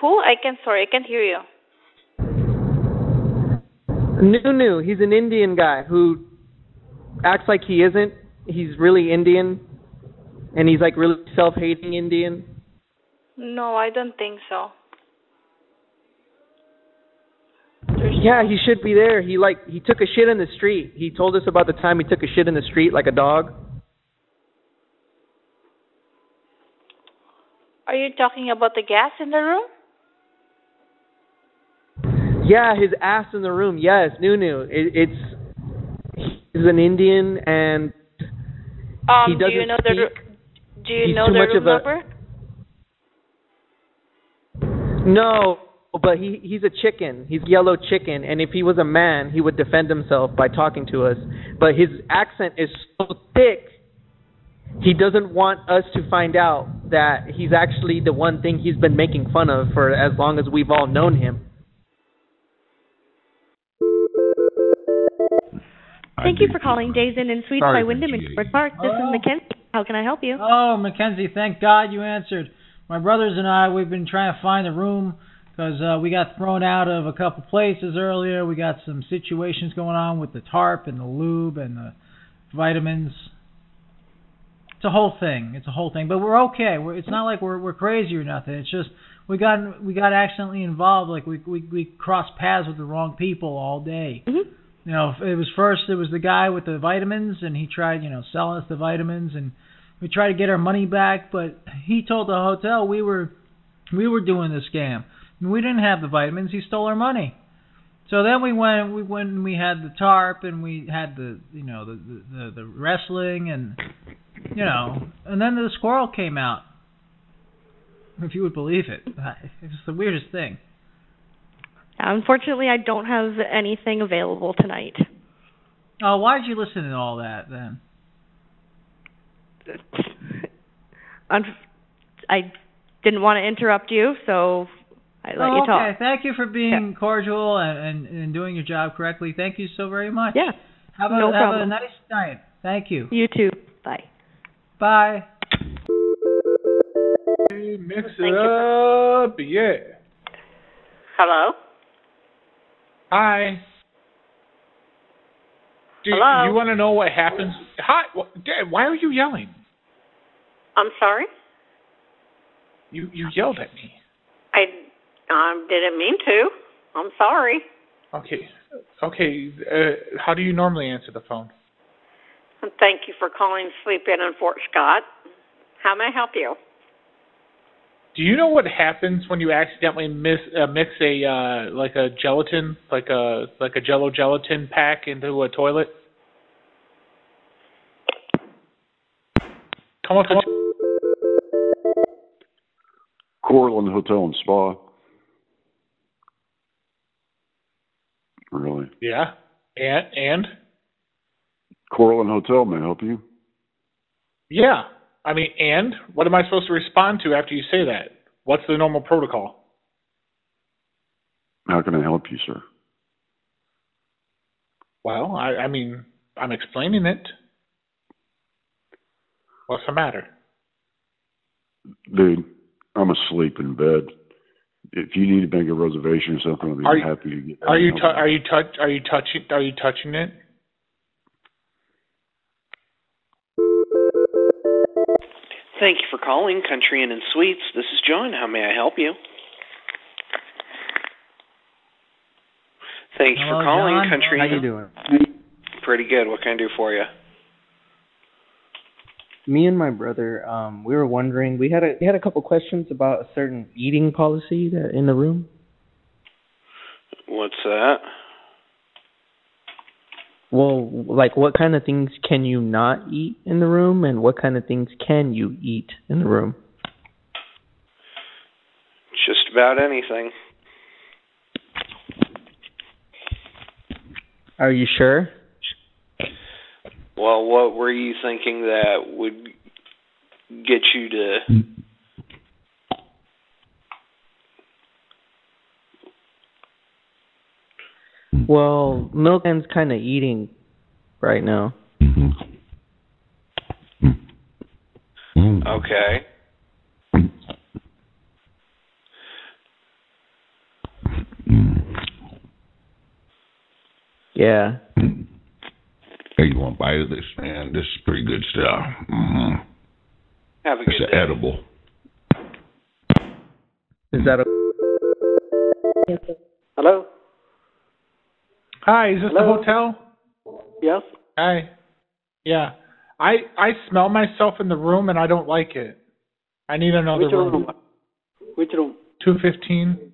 Who? I can sorry, I can't hear you. Nunu. He's an Indian guy who acts like he isn't. He's really Indian, and he's like really self-hating Indian. No, I don't think so. Yeah, he should be there. He like he took a shit in the street. He told us about the time he took a shit in the street like a dog. Are you talking about the gas in the room? Yeah, his ass in the room. Yes, Nunu. It, it's he's an Indian and Um, he do doesn't you know the speak. roo- do you He's know too the much room of a- number? No, but he he's a chicken. He's yellow chicken, and if he was a man, he would defend himself by talking to us. But his accent is so thick, he doesn't want us to find out that he's actually the one thing he's been making fun of for as long as we've all known him. Thank you for calling Days Inn and Suites Sorry, by Wyndham in Fort Park. This is Mackenzie. How can I help you? Oh, Mackenzie, thank God you answered. My brothers and I, we've been trying to find a room because uh, we got thrown out of a couple places earlier. We got some situations going on with the tarp and the lube and the vitamins. It's a whole thing. It's a whole thing. But we're okay. We're, it's not like we're we're crazy or nothing. It's just we got we got accidentally involved. Like we we we crossed paths with the wrong people all day. Mm-hmm. You know, it was first it was the guy with the vitamins, and he tried you know selling us the vitamins, and we tried to get our money back, but he told the hotel we were we were doing the scam. And we didn't have the vitamins. He stole our money. So then we went we went and we had the tarp and we had the you know the the, the, the wrestling and you know and then the squirrel came out. If you would believe it, it was the weirdest thing. Unfortunately, I don't have anything available tonight. Oh, why did you listen to all that then? Unf- I didn't want to interrupt you, so I let Oh, you talk. Okay, thank you for being cordial and, and, and doing your job correctly. Thank you so very much. Yeah. Have a, No have problem. a nice night. Thank you. You too. Bye. Bye. Mix it up, yeah. Hello. Hi. Do Hello? you want to know what happens? Hi, wh- Dad. Why are you yelling? I'm sorry. You you yelled at me. I um, didn't mean to. I'm sorry. Okay, okay. Uh, how do you normally answer the phone? And thank you for calling Sleep In in Fort Scott. How may I help you? Do you know what happens when you accidentally mis uh, mix a uh, like a gelatin, like a like a Jello gelatin pack into a toilet? Come up with Cortland Hotel and Spa. Really? yeah, and and Cortland Hotel may I help you. yeah. I mean, and what am I supposed to respond to after you say that? What's the normal protocol? How can I help you, sir? Well, I, I mean, I'm explaining it. What's the matter? Dude, I'm asleep in bed. If you need to make a reservation or something, I'll be Are you- happy to get that Are you help. tou- are you touch are you touching are you touching it? Thank you for calling Country Inn and Suites. This is John. How may I help you? Thank you for Hello, calling John. Country How Inn. you doing? Pretty good. What can I do for you? Me and my brother, um, we were wondering. We had a we had a couple questions about a certain eating policy that in the room. What's that? Well, like what kind of things can you not eat in the room, and what kind of things can you eat in the room? Just about anything. Are you sure? Well, what were you thinking that would get you to? Well, Milton's kind of eating right now. Mm. Okay. Mm. Yeah. Hey, you want to bite of this, man? This is pretty good stuff. hmm Have a it's good day. edible. Is that a Hello? Hi, is this Hello? the hotel? Yes? Hi. Yeah. I I smell myself in the room and I don't like it. I need another Which room? Which room? Two fifteen.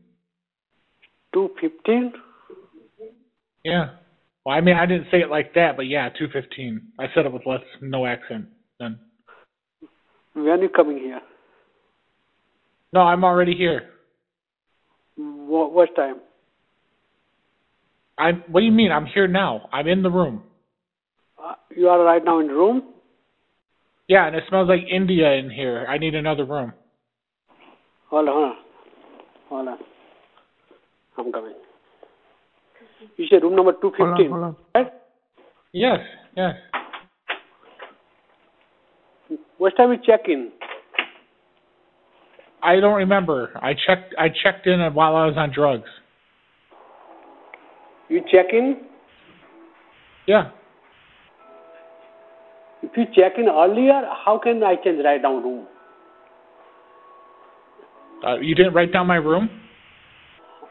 215? Yeah. Well, I mean, I didn't say it like that, but yeah, two fifteen. I said it with less, no accent. Then. When are you coming here? No, I'm already here. What, what time? I'm. What do you mean? I'm here now. I'm in the room. Uh, You are right now in the room? Yeah, and it smells like India in here. I need another room. Hold on, hold on. Hold on. I'm coming. You said room number 215, right? Yes. Yes. What time you check in? I don't remember. I checked. I checked in while I was on drugs. You check in? Yeah. If you check in earlier, how can I change right now room? Uh, you didn't write down my room.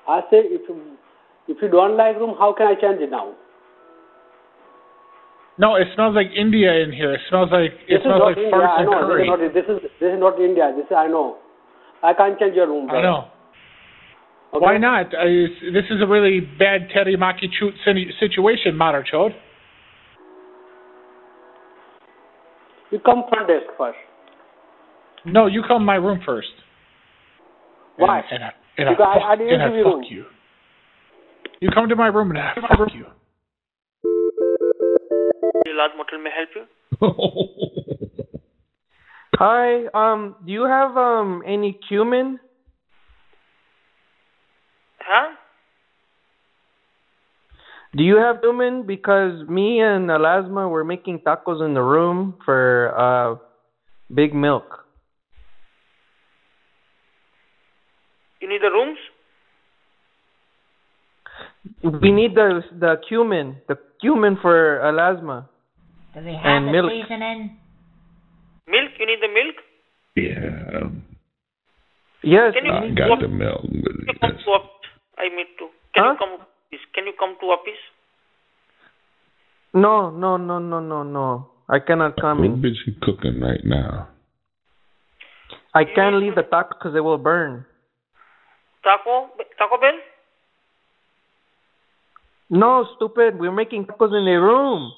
I say if you, if you don't like room, how can I change it now? No, it smells like India in here. It smells like it this is smells not like India. farts I and know. This curry. is, not, this is this is not India. This I know. I can't change your room. I know. Why not? Uh, it's- this is a really bad Terry Makichut sin- situation, Matarchod. You come front desk first. No, you come my room first. Why? And, I, and I Because I- fuck, I didn't and I give you fuck room. you. You come to my room and I fuck you. Lodge Motel may help you. Hi, um, do you have um any cumin? Huh? Do you have cumin? Because me and Alasma were making tacos in the room for uh big milk. You need the rooms? We need the the cumin, the cumin for Alasma. Do they have Um, And the milk. seasoning? Milk? You need the milk? Yeah. Yes. Can you I got the milk. Can you come to office? I meet too. Can you come to office? Can you come to office? No, no, no, no, no, no. I cannot come We're in. busy cooking right now. I can't leave the tacos because they will burn. Taco Taco Bell? No, stupid. We're making tacos in the room.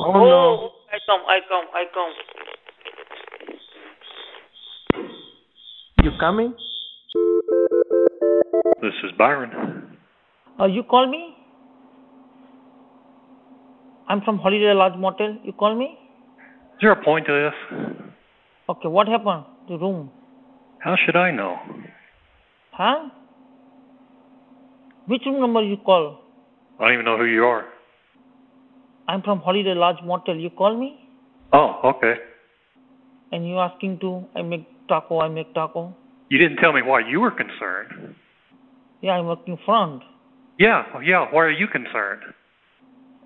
Oh, no. I come, I come, I come. You coming? This is Byron. Uh, you call me? I'm from Holiday Lodge Motel. You call me? Is there a point to this? Okay, what happened? The room. How should I know? Huh? Which room number you call? I don't even know who you are. I'm from Holiday Lodge Motel. You call me Oh, okay. and you asking to I make taco, I make taco. You didn't tell me why you were concerned. Yeah, I'm working front. Yeah, yeah. Why are you concerned?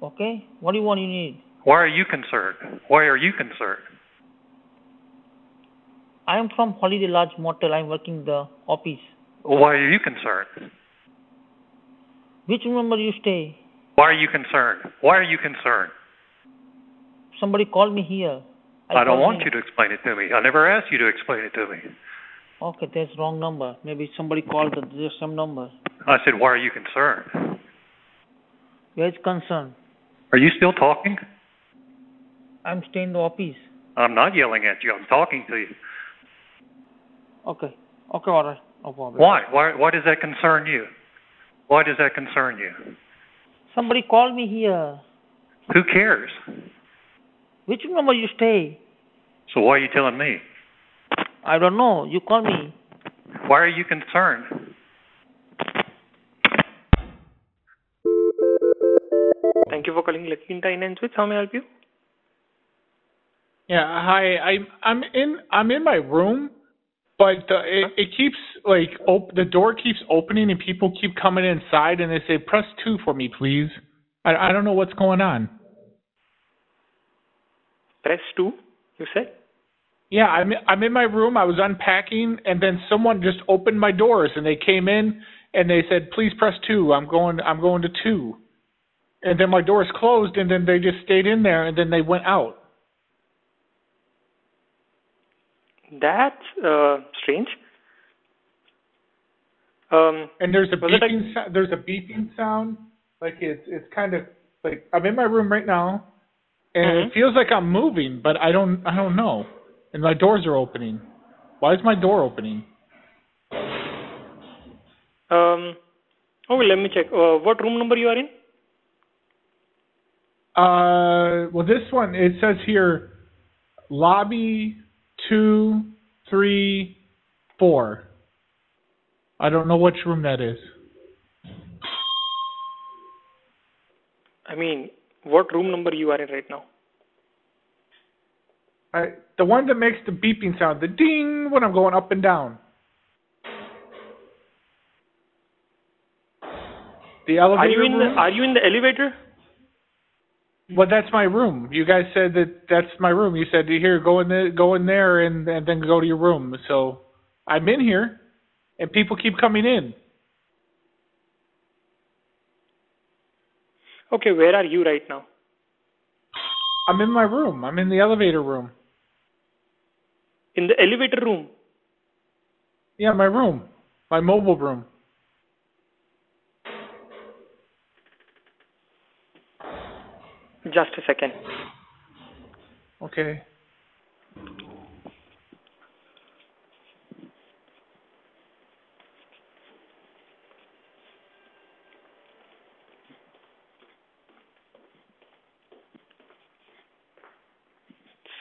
Okay, what do you want? You need? Why are you concerned? Why are you concerned? I am from Holiday Lodge Motel. I'm working the office. Why are you concerned? Which room number you stay? Why are you concerned? Why are you concerned? Somebody called me here. I, don't called want me. you to explain it to me. I never asked you to explain it to me. Okay, that's wrong number. Maybe somebody called the there's some number. I said, why are you concerned? Where is concern? Are you still talking? I'm staying in the office. I'm not yelling at you. I'm talking to you. Okay. Okay, all right. No problem. Why? Why? Why does that concern you? Why does that concern you? Somebody called me here. Who cares? Which room number you stay? So why are you telling me? I don't know. You call me. Why are you concerned? Thank you for calling Lucky in Dine and Switch. How may I help you? Yeah, hi. I'm I'm in I'm in my room, but the, it, it keeps like op- the door keeps opening and people keep coming inside and they say press two for me, please. I I don't know what's going on. Press two. You said. Yeah, I'm I'm in my room. I was unpacking and then someone just opened my doors and they came in and they said please press two. I'm going I'm going to two, and then my doors closed and then they just stayed in there and then they went out. That's uh, strange. Um, and there's a was it like- beeping sou- there's a beeping sound like it's it's kind of like I'm in my room right now and it feels like I'm moving but I don't I don't know and my doors are opening why is my door opening Um, oh, let me check. Uh, what room number you are in? uh well this one it says here lobby two three four I don't know which room that is I mean, what room number you are in right now? I, the one that makes the beeping sound the ding when I'm going up and down the elevator Are you in? room? Are you in the elevator? Well, that's my room. You guys said that that's my room. You said here, go in the, go in there, and, and then go to your room. So I'm in here, and people keep coming in. Okay, where are you right now? I'm in my room. I'm in the elevator room. In the elevator room. Yeah, my room, my mobile room. Just a second. Okay.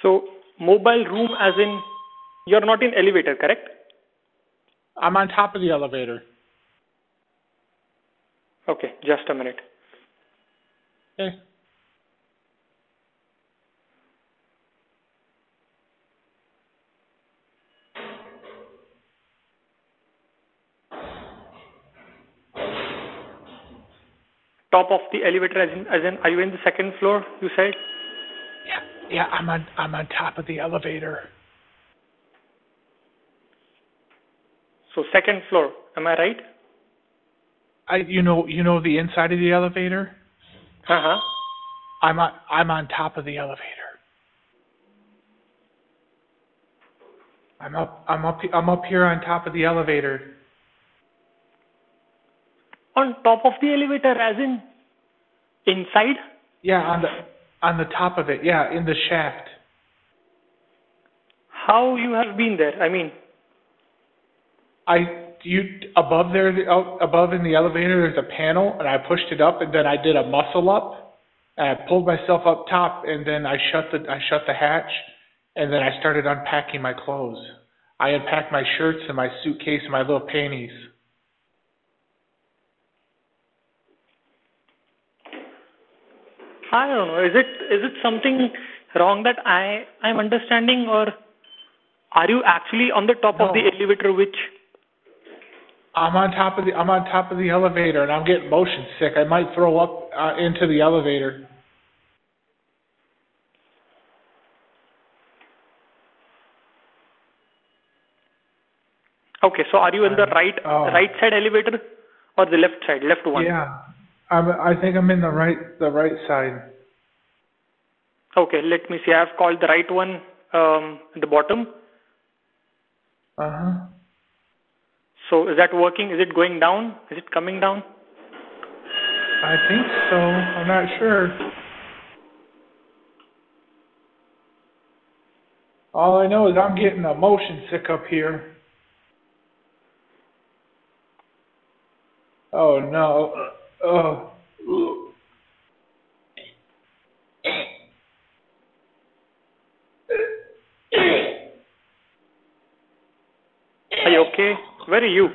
So mobile room, as in you're not in elevator, correct? I'm on top of the elevator. Okay, just a minute. Okay. Top of the elevator, as in, as in, are you in the second floor? You said. Yeah, I'm on I'm on top of the elevator. So second floor. Am I right? I you know you know the inside of the elevator. Uh huh. I'm on I'm on top of the elevator. I'm up I'm up I'm up here on top of the elevator. On top of the elevator, as in inside. Yeah, on the on the top of it. Yeah, in the shaft. How you have been there? I mean, I you above there the- oh, above in the elevator. There's a panel, and I pushed it up, and then I did a muscle up, and I pulled myself up top, and then I shut the I shut the hatch, and then I started unpacking my clothes. I unpacked my shirts and my suitcase and my little panties. I don't know. Is it is it something wrong that I I'm understanding, or are you actually on the top of the elevator? Which I'm on top of the I'm on top of the elevator and I'm getting motion sick. I might throw up uh, into the elevator. okay, so are you in the right right side elevator or the left side, left one? Yeah, I'm, I think I'm in the right the right side. Okay, let me see. I've called the right one um, at the bottom. Uh huh. So is that working? Is it going down? Is it coming down? I think so. I'm not sure. All I know is I'm getting a motion sick up here. Oh no. Oh. Are you okay? Where are you?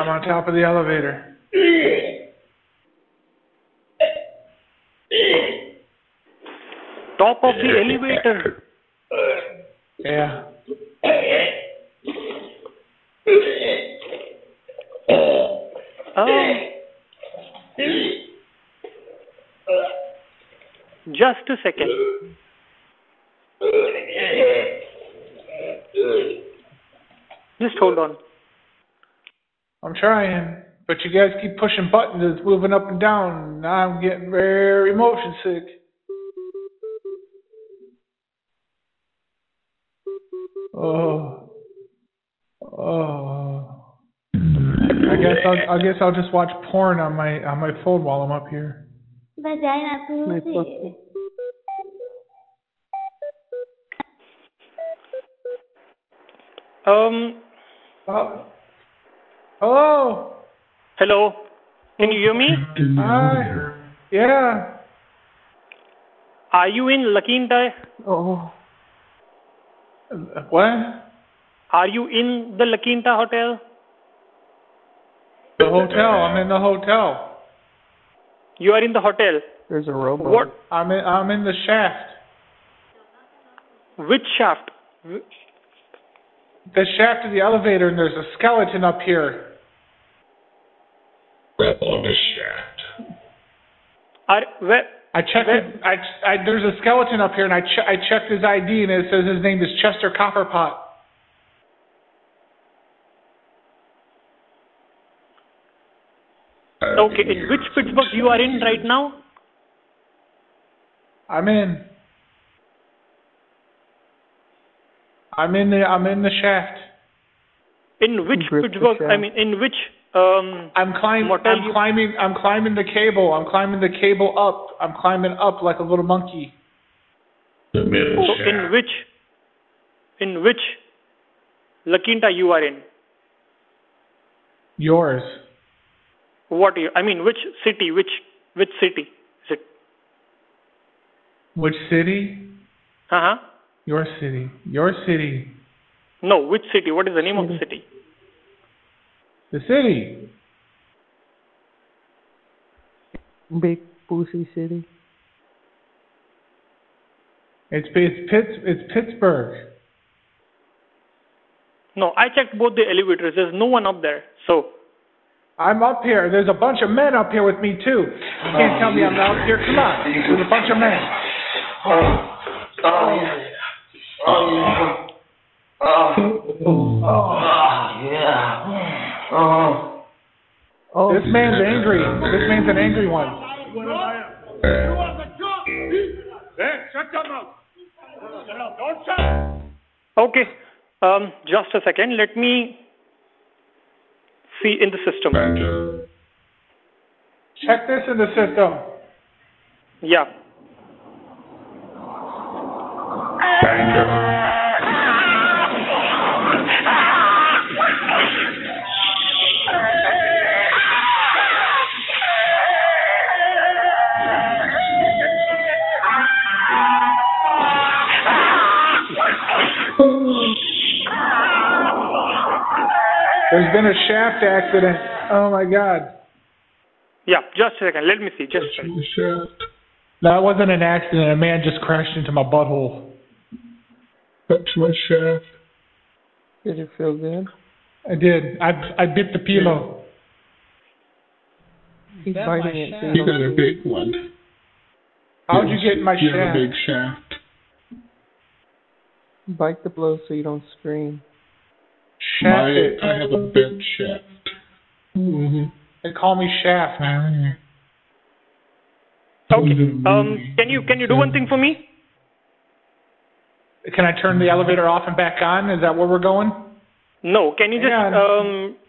I'm on top of the elevator. Top of the elevator. Yeah. Oh. Just a second. Just hold on. I'm trying, but you guys keep pushing buttons. It's moving up and down. and I'm getting very motion sick. Oh. Oh. I guess I'll, I guess I'll just watch porn on my on my phone while I'm up here. Vagina My pussy. Um. Oh. Hello. Hello. Can you hear me? Hi. Yeah. Are you in Lakinta? Oh. What? Are you in the Lakinta hotel? The hotel. I'm in the hotel. You are in the hotel. There's a robot. What? I'm in I'm in the shaft. Which shaft? The shaft of the elevator, and there's a skeleton up here. Rep on the shaft. Are, where, I checked. it- I, I there's a skeleton up here, and I che- I checked his ID, and it says his name is Chester Copperpot. Okay, in which Pittsburgh you are in right now? I'm in. I'm in the I'm in the shaft. In which Pittsburgh? I mean, in which um? I'm climbing. Motel I'm climbing. I'm climbing the cable. I'm climbing the cable up. I'm climbing up like a little monkey. The middle So shaft. in which? In which? Lakinta you are in? Yours. What you? I mean, which city? Which which city? Which city? Uh huh. Your city. Your city. No, which city? What is the name of the city? The city. Big Pussy City. It's it's Pitts it's Pittsburgh. No, I checked both the elevators. There's no one up there. So I'm up here. There's a bunch of men up here with me too. You can't tell me I'm not up here. Come on. There's a bunch of men. Uh-huh. Oh, This man's angry. This man's an angry one. shut your mouth. Shut up. Don't shout. okay, um, just a second. Let me see in the system. Check this in the system. Yeah. There's been a shaft accident. Oh my god. Yeah, just a second. Let me see. Just a second. That wasn't an accident. A man just crashed into my butthole. That's my shaft. Did you feel good? I did. I I bit the pillow. He's biting it. so You don't got a see big it. one. How'd you get in my You have a shaft? big Bite the blow so you don't scream. Shaft. I have a big shaft. They call me Shaft. Okay. Um, can you can you do one thing for me? Can I turn the elevator off and back on? Is that where we're going? No. Can you just um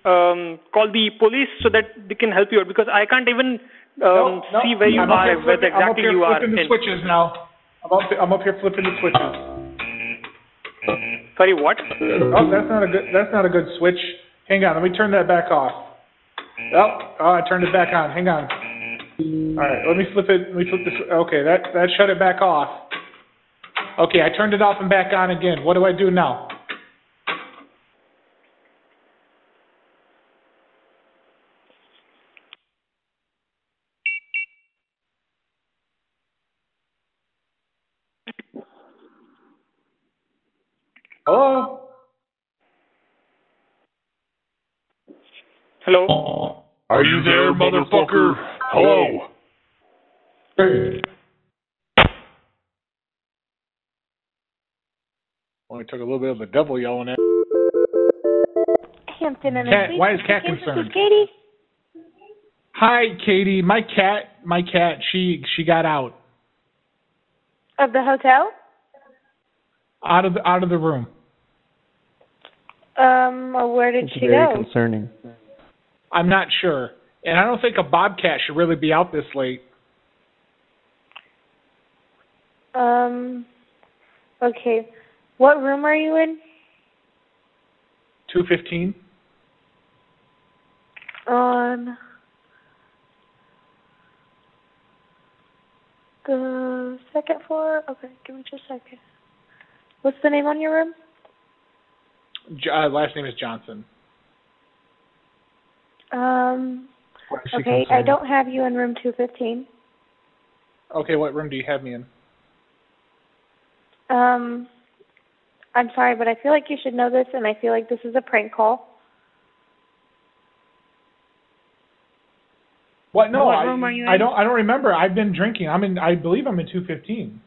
um call the police so that they can help you out because I can't even um No, see where you I'm up are, here where flipping- I'm up exactly here you are. flipping the in. switches now. I'm up, I'm up here flipping the switches. Sorry, what? Oh, that's not a good. That's not a good switch. Hang on, let me turn that back off. Oh, oh I turned it back on. Hang on. All right, let me flip it. Let me flip this. Okay, that that shut it back off. Okay, I turned it off and back on again. What do I do now? Hello. Hello. Uh, Are you there, motherfucker? Hello. Hey. Only took a little bit of the devil yelling at. Hampton and Cat- Ashley. why is Cat Hey, this concerned? is Katie. Hi, Katie. My cat. My cat. She she got out Of the hotel? out of the, out of the room. Um, well, where did she go? concerning. I'm not sure, and I don't think a bobcat should really be out this late. um, okay. What room are you in? Two fifteen. On the second floor? Okay, give me just a second. What's the name on your room? J- uh, last name is Johnson. Um, Why is she okay, I concerned? don't have you in room 215. Okay, what room do you have me in? Um, I'm sorry, but I feel like you should know this, and I feel like this is a prank call. What? No, What I, room are you I in? don't. I don't remember. I've been drinking. I'm in. I believe I'm in two fifteen.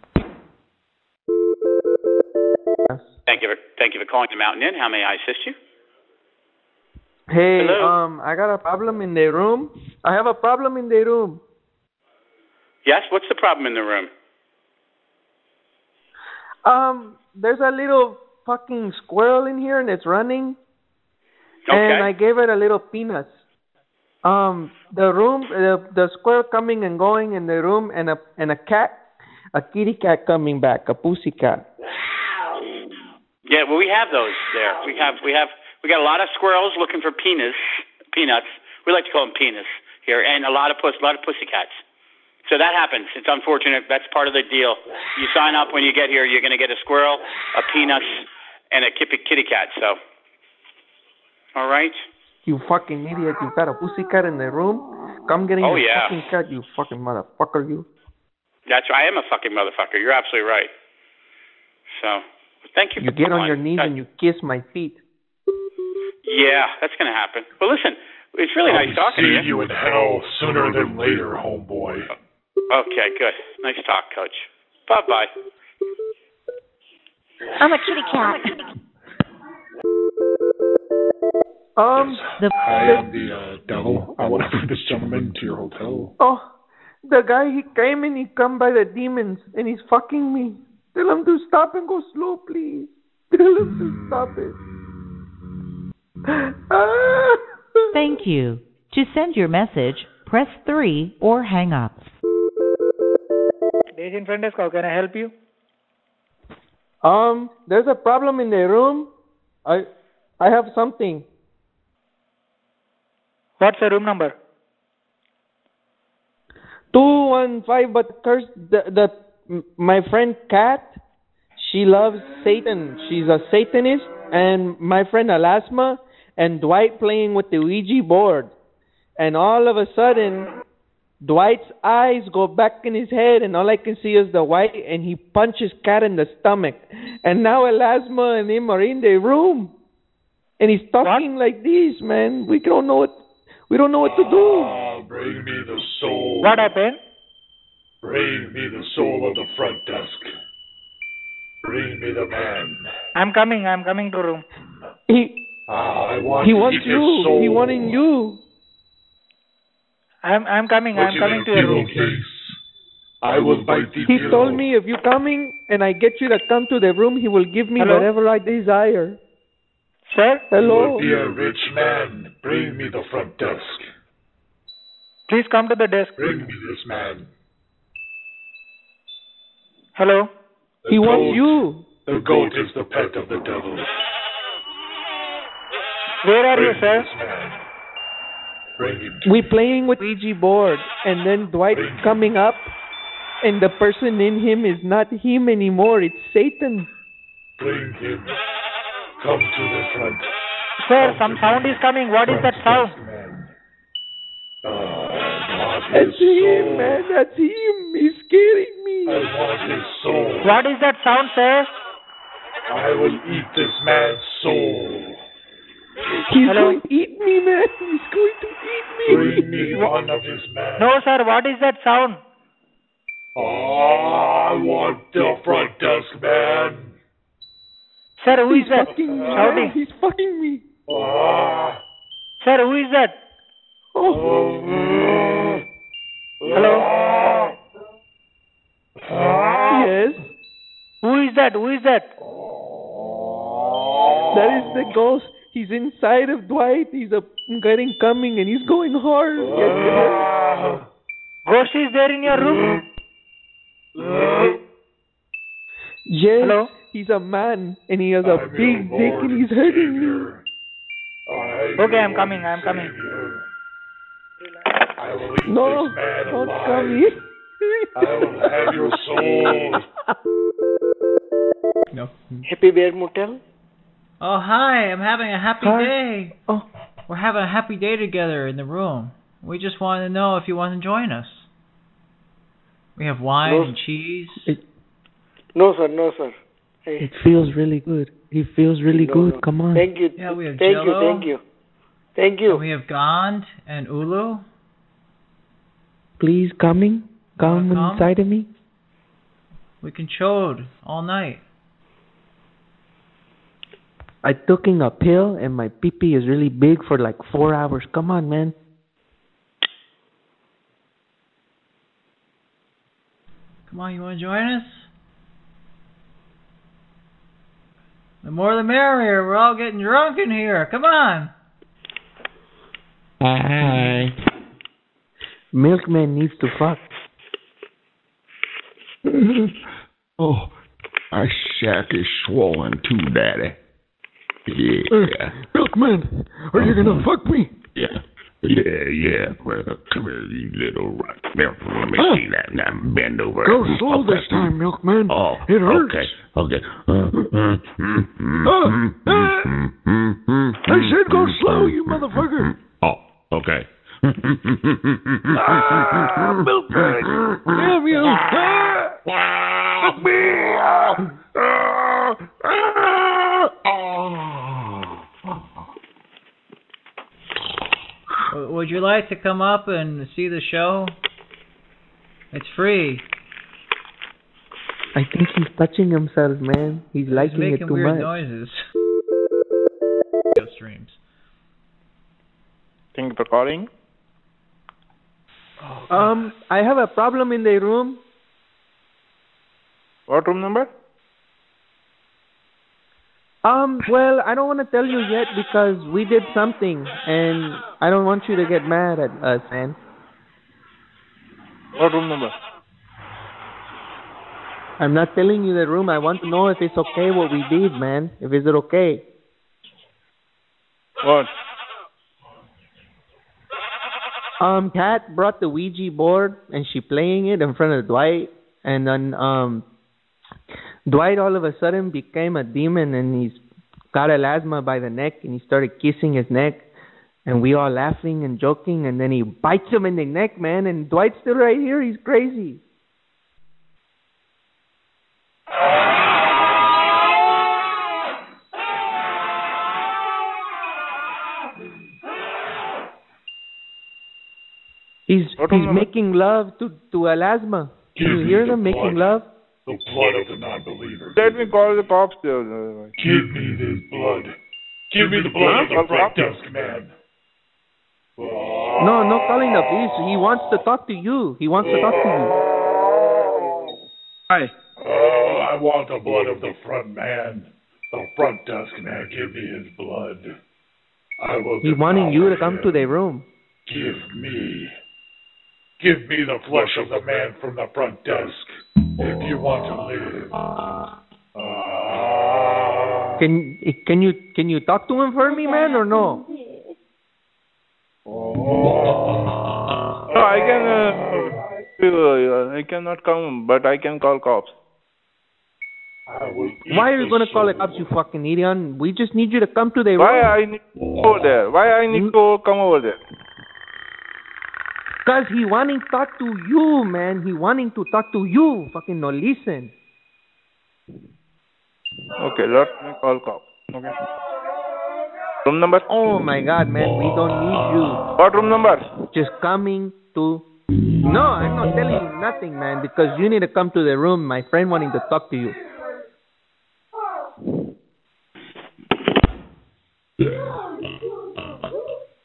Thank you for thank you for calling the Mountain Inn. How may I assist you? Hey, Hello? um, I got a problem in the room. I have a problem in the room. Yes. What's the problem in the room? Um, there's a little fucking squirrel in here and it's running. Okay. And I gave it a little peanuts. Um, the room, the, the squirrel coming and going in the room, and a and a cat, a kitty cat coming back, a pussy cat. Yeah. Well, we have those there. We have we have we got a lot of squirrels looking for penis peanuts. We like to call them penis here, and a lot of puss a lot of pussycats. So that happens. It's unfortunate. That's part of the deal. You sign up when you get here. You're going to get a squirrel, a penis, and a kitty, kitty cat. So, all right. You fucking idiot! You got a pussy cat in the room. Come get in Oh, your yeah. fucking cat, you fucking motherfucker, you. That's I am a fucking motherfucker. You're absolutely right. So, thank you. You for get on calling. your knees and you kiss my feet. Yeah, that's going to happen. Well, listen, it's really nice talking to See you you. in hell sooner than later, homeboy. Okay, good. Nice talk, coach. Bye bye. I'm a kitty cat. Um, the, I am the uh, devil. I want to bring this gentleman to your hotel. oh, the guy he came and he come by the demons and he's fucking me. Tell him to stop and go slow, please. Tell him to stop it. Ah! Thank you. To send your message, press 3 or hang up. Days in front desk, how can I help you? Um, there's a problem in the room. I, I have something. What's the room number? Two one five, but curse the the m- my friend Kat, she loves Satan. She's a Satanist, and my friend Alasma and Dwight playing with the Ouija board, and all of a sudden Dwight's eyes go back in his head, and all I can see is the white, and he punches Cat in the stomach. And now Elasma and him are in the room, and he's talking like this, man. We don't know what we don't know what to do. Ah, bring me the soul. What happened? Bring me the soul of the front desk. Bring me the man. I'm coming. I'm coming to room. He Ah, I want he to wants eat his you. soul. He wanting you. I'm I'm coming. Put I'm you coming in to a your room. pillowcase. I will bite the He pillow. told me if you coming and I get you to come to the room, he will give me Hello? whatever I desire. Sir? Hello. You will be a rich man. Bring me the front desk. Please come to the desk. Bring me this man. Hello. The He goat, wants you. The goat is the pet of the devil. Where are you, Bring sir? this man. Bring him. We playing with Ouija board, and then Dwight coming up, and the person in him is not him anymore. It's Satan. Bring him. Come to the front. Sir, Oh, some sound is coming. What is that sound? That's him, man. That's him. He's scaring me. I want his soul. What is that sound, sir? I will eat this man's soul. He's going to eat me, man. He's going to eat Bring me one of his men. No, sir. What is that sound? I want the front desk man. Sir, who is that? me. Shouting. He's fucking me. Ah. Oh. Sir, who is that? Oh. Hello. Yes. Who is that? Who is that? Oh. That is the ghost. He's inside of Dwight. He's a getting coming, and he's going hard. Oh. Ghost is there in your room? Yes. He's a man, and he has a big dick, and he's hurting me. Okay, I'm coming. I'm coming. I will eat No, this man don't alive. come here. I will have your soul. No. Happy Bear Motel. Oh, hi. I'm having a happy Hi. day. Oh. We're having a happy day together in the room. We just wanted to know if you want to join us. We have wine No. and cheese. No, sir. No, sir. Hey, It feels really good. It feels really no, good. no. Come on. Thank you. Yeah, we have thank you. Jell-O. Thank you. Thank you. And we have Gond and Ulu. Please coming. Come Wanna come? inside of me. We can chode all night. I taking a pill and my pee pee is really big for like four hours. Come on, man. Come on, you want to join us? The more the merrier. We're all getting drunk in here. Come on. Hi. Milkman needs to fuck. oh, my shack is swollen too, Daddy. Yeah. er, Milkman, are you gonna fuck me? Yeah. Yeah, yeah. Well, come here, you little rat. Now, Let me Ah. see that. Now bend over. Go slow this time, Milkman. Oh, It hurts. Oh, Okay, okay. Uh, uh, mm, mm, mm, mm, mm, mm, mm, I said go mm, slow, mm, you mm, motherfucker. mm, mm. Oh, okay. ah, Milkman. Damn you. W- Would you like to come up and see the show? It's free. I think he's touching himself, man. He's It's liking it making too weird much. noises. Streams. Thank you for calling. Um, I have a problem in the room. What room number? Um, well, I don't want to tell you yet because we did something, and I don't want you to get mad at us, man. What room number? I'm not telling you the room. I want to know if it's okay what we did, man. If is it okay? What? Um, Kat brought the Ouija board and she playing it in front of Dwight, and then um, Dwight all of a sudden became a demon and he's got Elasma by the neck and he started kissing his neck, And we all laughing and joking, and then he bites him in the neck, man. And Dwight's still right here. He's crazy. He's he's making love to to Alasma. Do you Give hear me the them making blood. love? The blood of the non-believer. Let me call the cops there. uh, like- Give me this blood. Give me the blood of the front desk man. No, no calling the police. He wants to talk to you. He wants to talk to you. Hi. Oh, I want the blood of the front man. The front desk man, give me his blood. I will He's wanting you to come to the room. give me. Give me the flesh of the man from the front desk. If you want to live. Can can you can you talk to him for me, man, or no? No, I can. Uh, uh, I cannot come, but I can call cops. Why are you gonna call the cops, you fucking idiot? We just need you to come to the room. Why I need to go there? Why I need to come over there? Cause he wanting to talk to you, man. He wanting to talk to you. Fucking no listen. Okay, let me call cops. Okay. Room number. Oh my God, man, we don't need you. What room number? Just coming to. No, I'm not telling you nothing, man. Because you need to come to the room. My friend wanting to talk to you.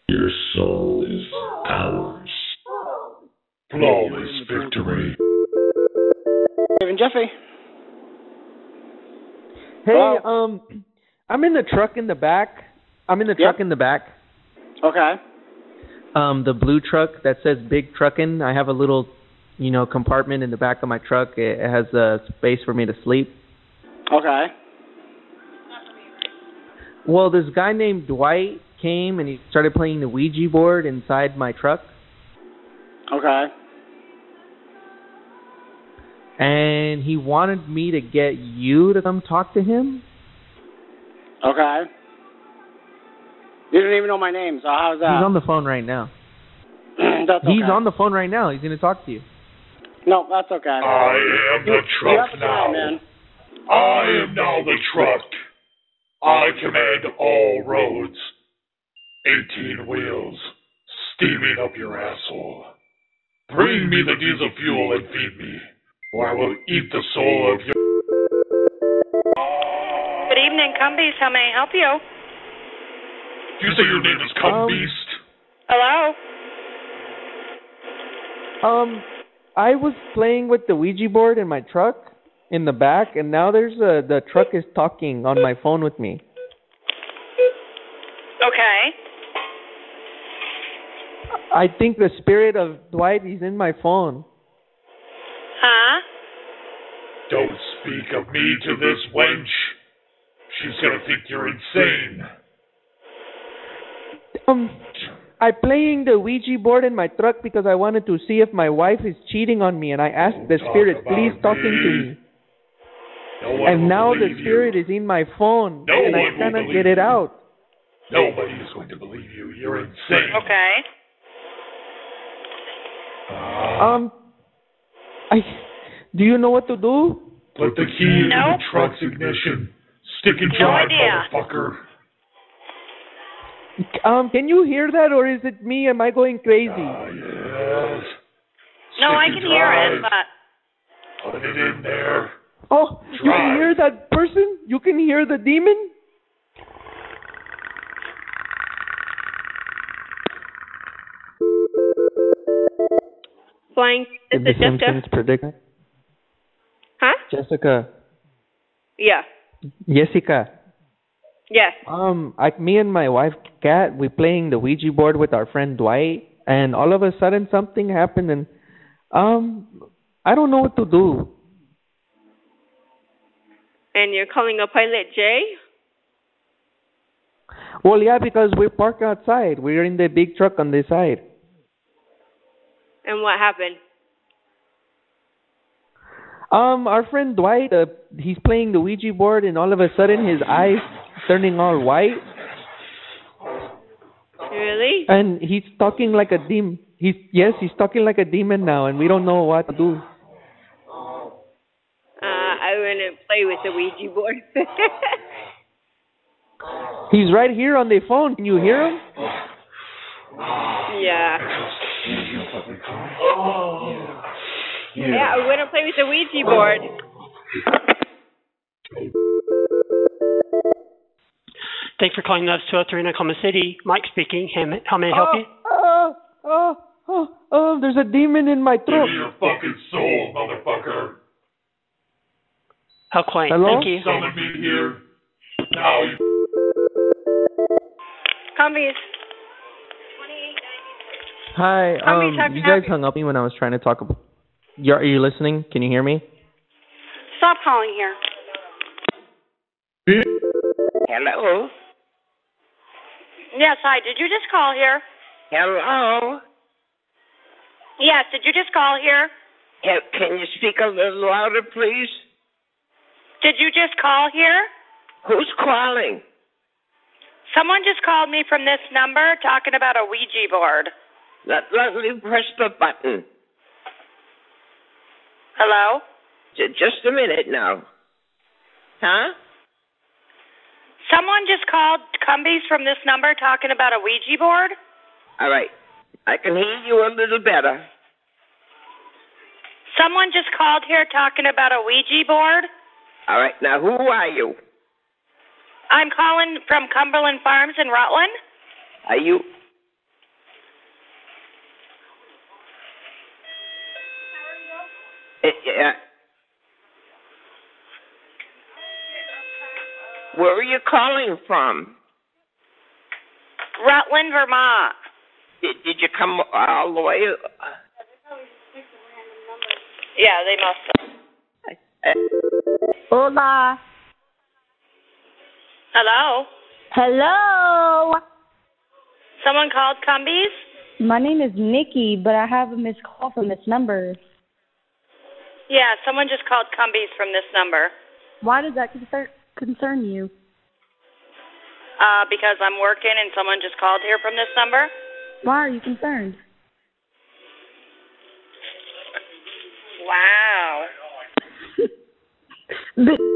Your soul is ours. Flawless victory. Raven Jeffy. Hey, um, I'm in the truck in the back. I'm in the truck in the back. Okay. Um, the blue truck that says "Big Truckin'." I have a little, you know, compartment in the back of my truck. It, it has a space for me to sleep. Okay. Well, this guy named Dwight came and he started playing the Ouija board inside my truck, Okay. and he wanted me to get you to come talk to him. Okay. You don't even know my name, so how's that? He's on the phone right now. That's okay. He's on the phone right now. He's gonna talk to you. No, that's okay. I am the You truck have now. time, man. I am now the truck. I command all roads. 18 wheels, steaming up your asshole. Bring me the diesel fuel and feed me, or I will eat the soul of your. Good evening, Cumbies. How may I help you? You say your name is Cum Beast? Hello? Um, I was playing with the Ouija board in my truck in the back, and now there's a the truck is talking on my phone with me. Okay. I think the spirit of Dwight is in my phone. Huh? Don't speak of me to this wench. She's gonna think you're insane. Um, I playing the Ouija board in my truck because I wanted to see if my wife is cheating on me, and I asked the spirit, please talking to me. No one will And now the believe you. spirit is in my phone, No and one I will cannot believe get it you. out. Nobody is going to believe you. You're insane. Okay. Um, I, do you know what to do? Put the key into the truck's ignition. Stick and No drive, idea. motherfucker. Um, can you hear that, or is it me? Am I going crazy? Ah, Yes. No, I can hear it, but Put it in there. Oh, you can hear that person? You can hear the demon? Flying. This is Jeff Jeff. predicament. Huh? Jessica, Yeah. Jessica. Yes. Um, like me and my wife Kat, we playing the Ouija board with our friend Dwight, and all of a sudden something happened, and um, I don't know what to do. And you're calling a pilot J? Well, yeah, because we park outside. We're in the big truck on the side. And what happened? Um, our friend Dwight, uh, he's playing the Ouija board, and all of a sudden his eyes turning all white. Really? And he's talking like a demon. He's yes, he's talking like a demon now, and we don't know what to do. Uh, I wouldn't play with the Ouija board. He's right here on the phone. Can you hear him? yeah. Oh. Yeah. I wouldn't play with the Ouija board. Thank you for calling us 203 in Oklahoma City. Mike speaking. How may, how may I help Ah, you? Oh, oh, oh, oh, there's a demon in my Give throat. me your fucking soul, motherfucker. How quaint. Hello? Thank you. Summon me here. Now you Commies. Hi, How many um, times you have guys hung up me when I was trying to talk about. You, are you listening? Can you hear me? Stop calling here. Hello. Yes, hi. Did you just call here? Hello. Yes, did you just call here? Ca- Can you speak a little louder, please? Did you just call here? Who's calling? Someone just called me from this number talking about a Ouija board. Let Leslie press the button. Hello? J- just a minute now. Huh? Someone just called Cumbies from this number talking about a Ouija board? All right. I can hear you a little better. Someone just called here talking about a Ouija board? All right. Now, who are you? I'm calling from Cumberland Farms in Rutland. Are you? Eh, yeah. Where are you calling from? Rutland, Vermont. Did, did you come all the way? Yeah, they must Hola. Hello? Hello. Someone called Cumbies? My name is Nikki, but I have a missed call from this number. Yeah, someone just called Cumbies from this number. Why does that concern concern you? Uh, because I'm working and someone just called here from this number. Why are you concerned? Wow. B-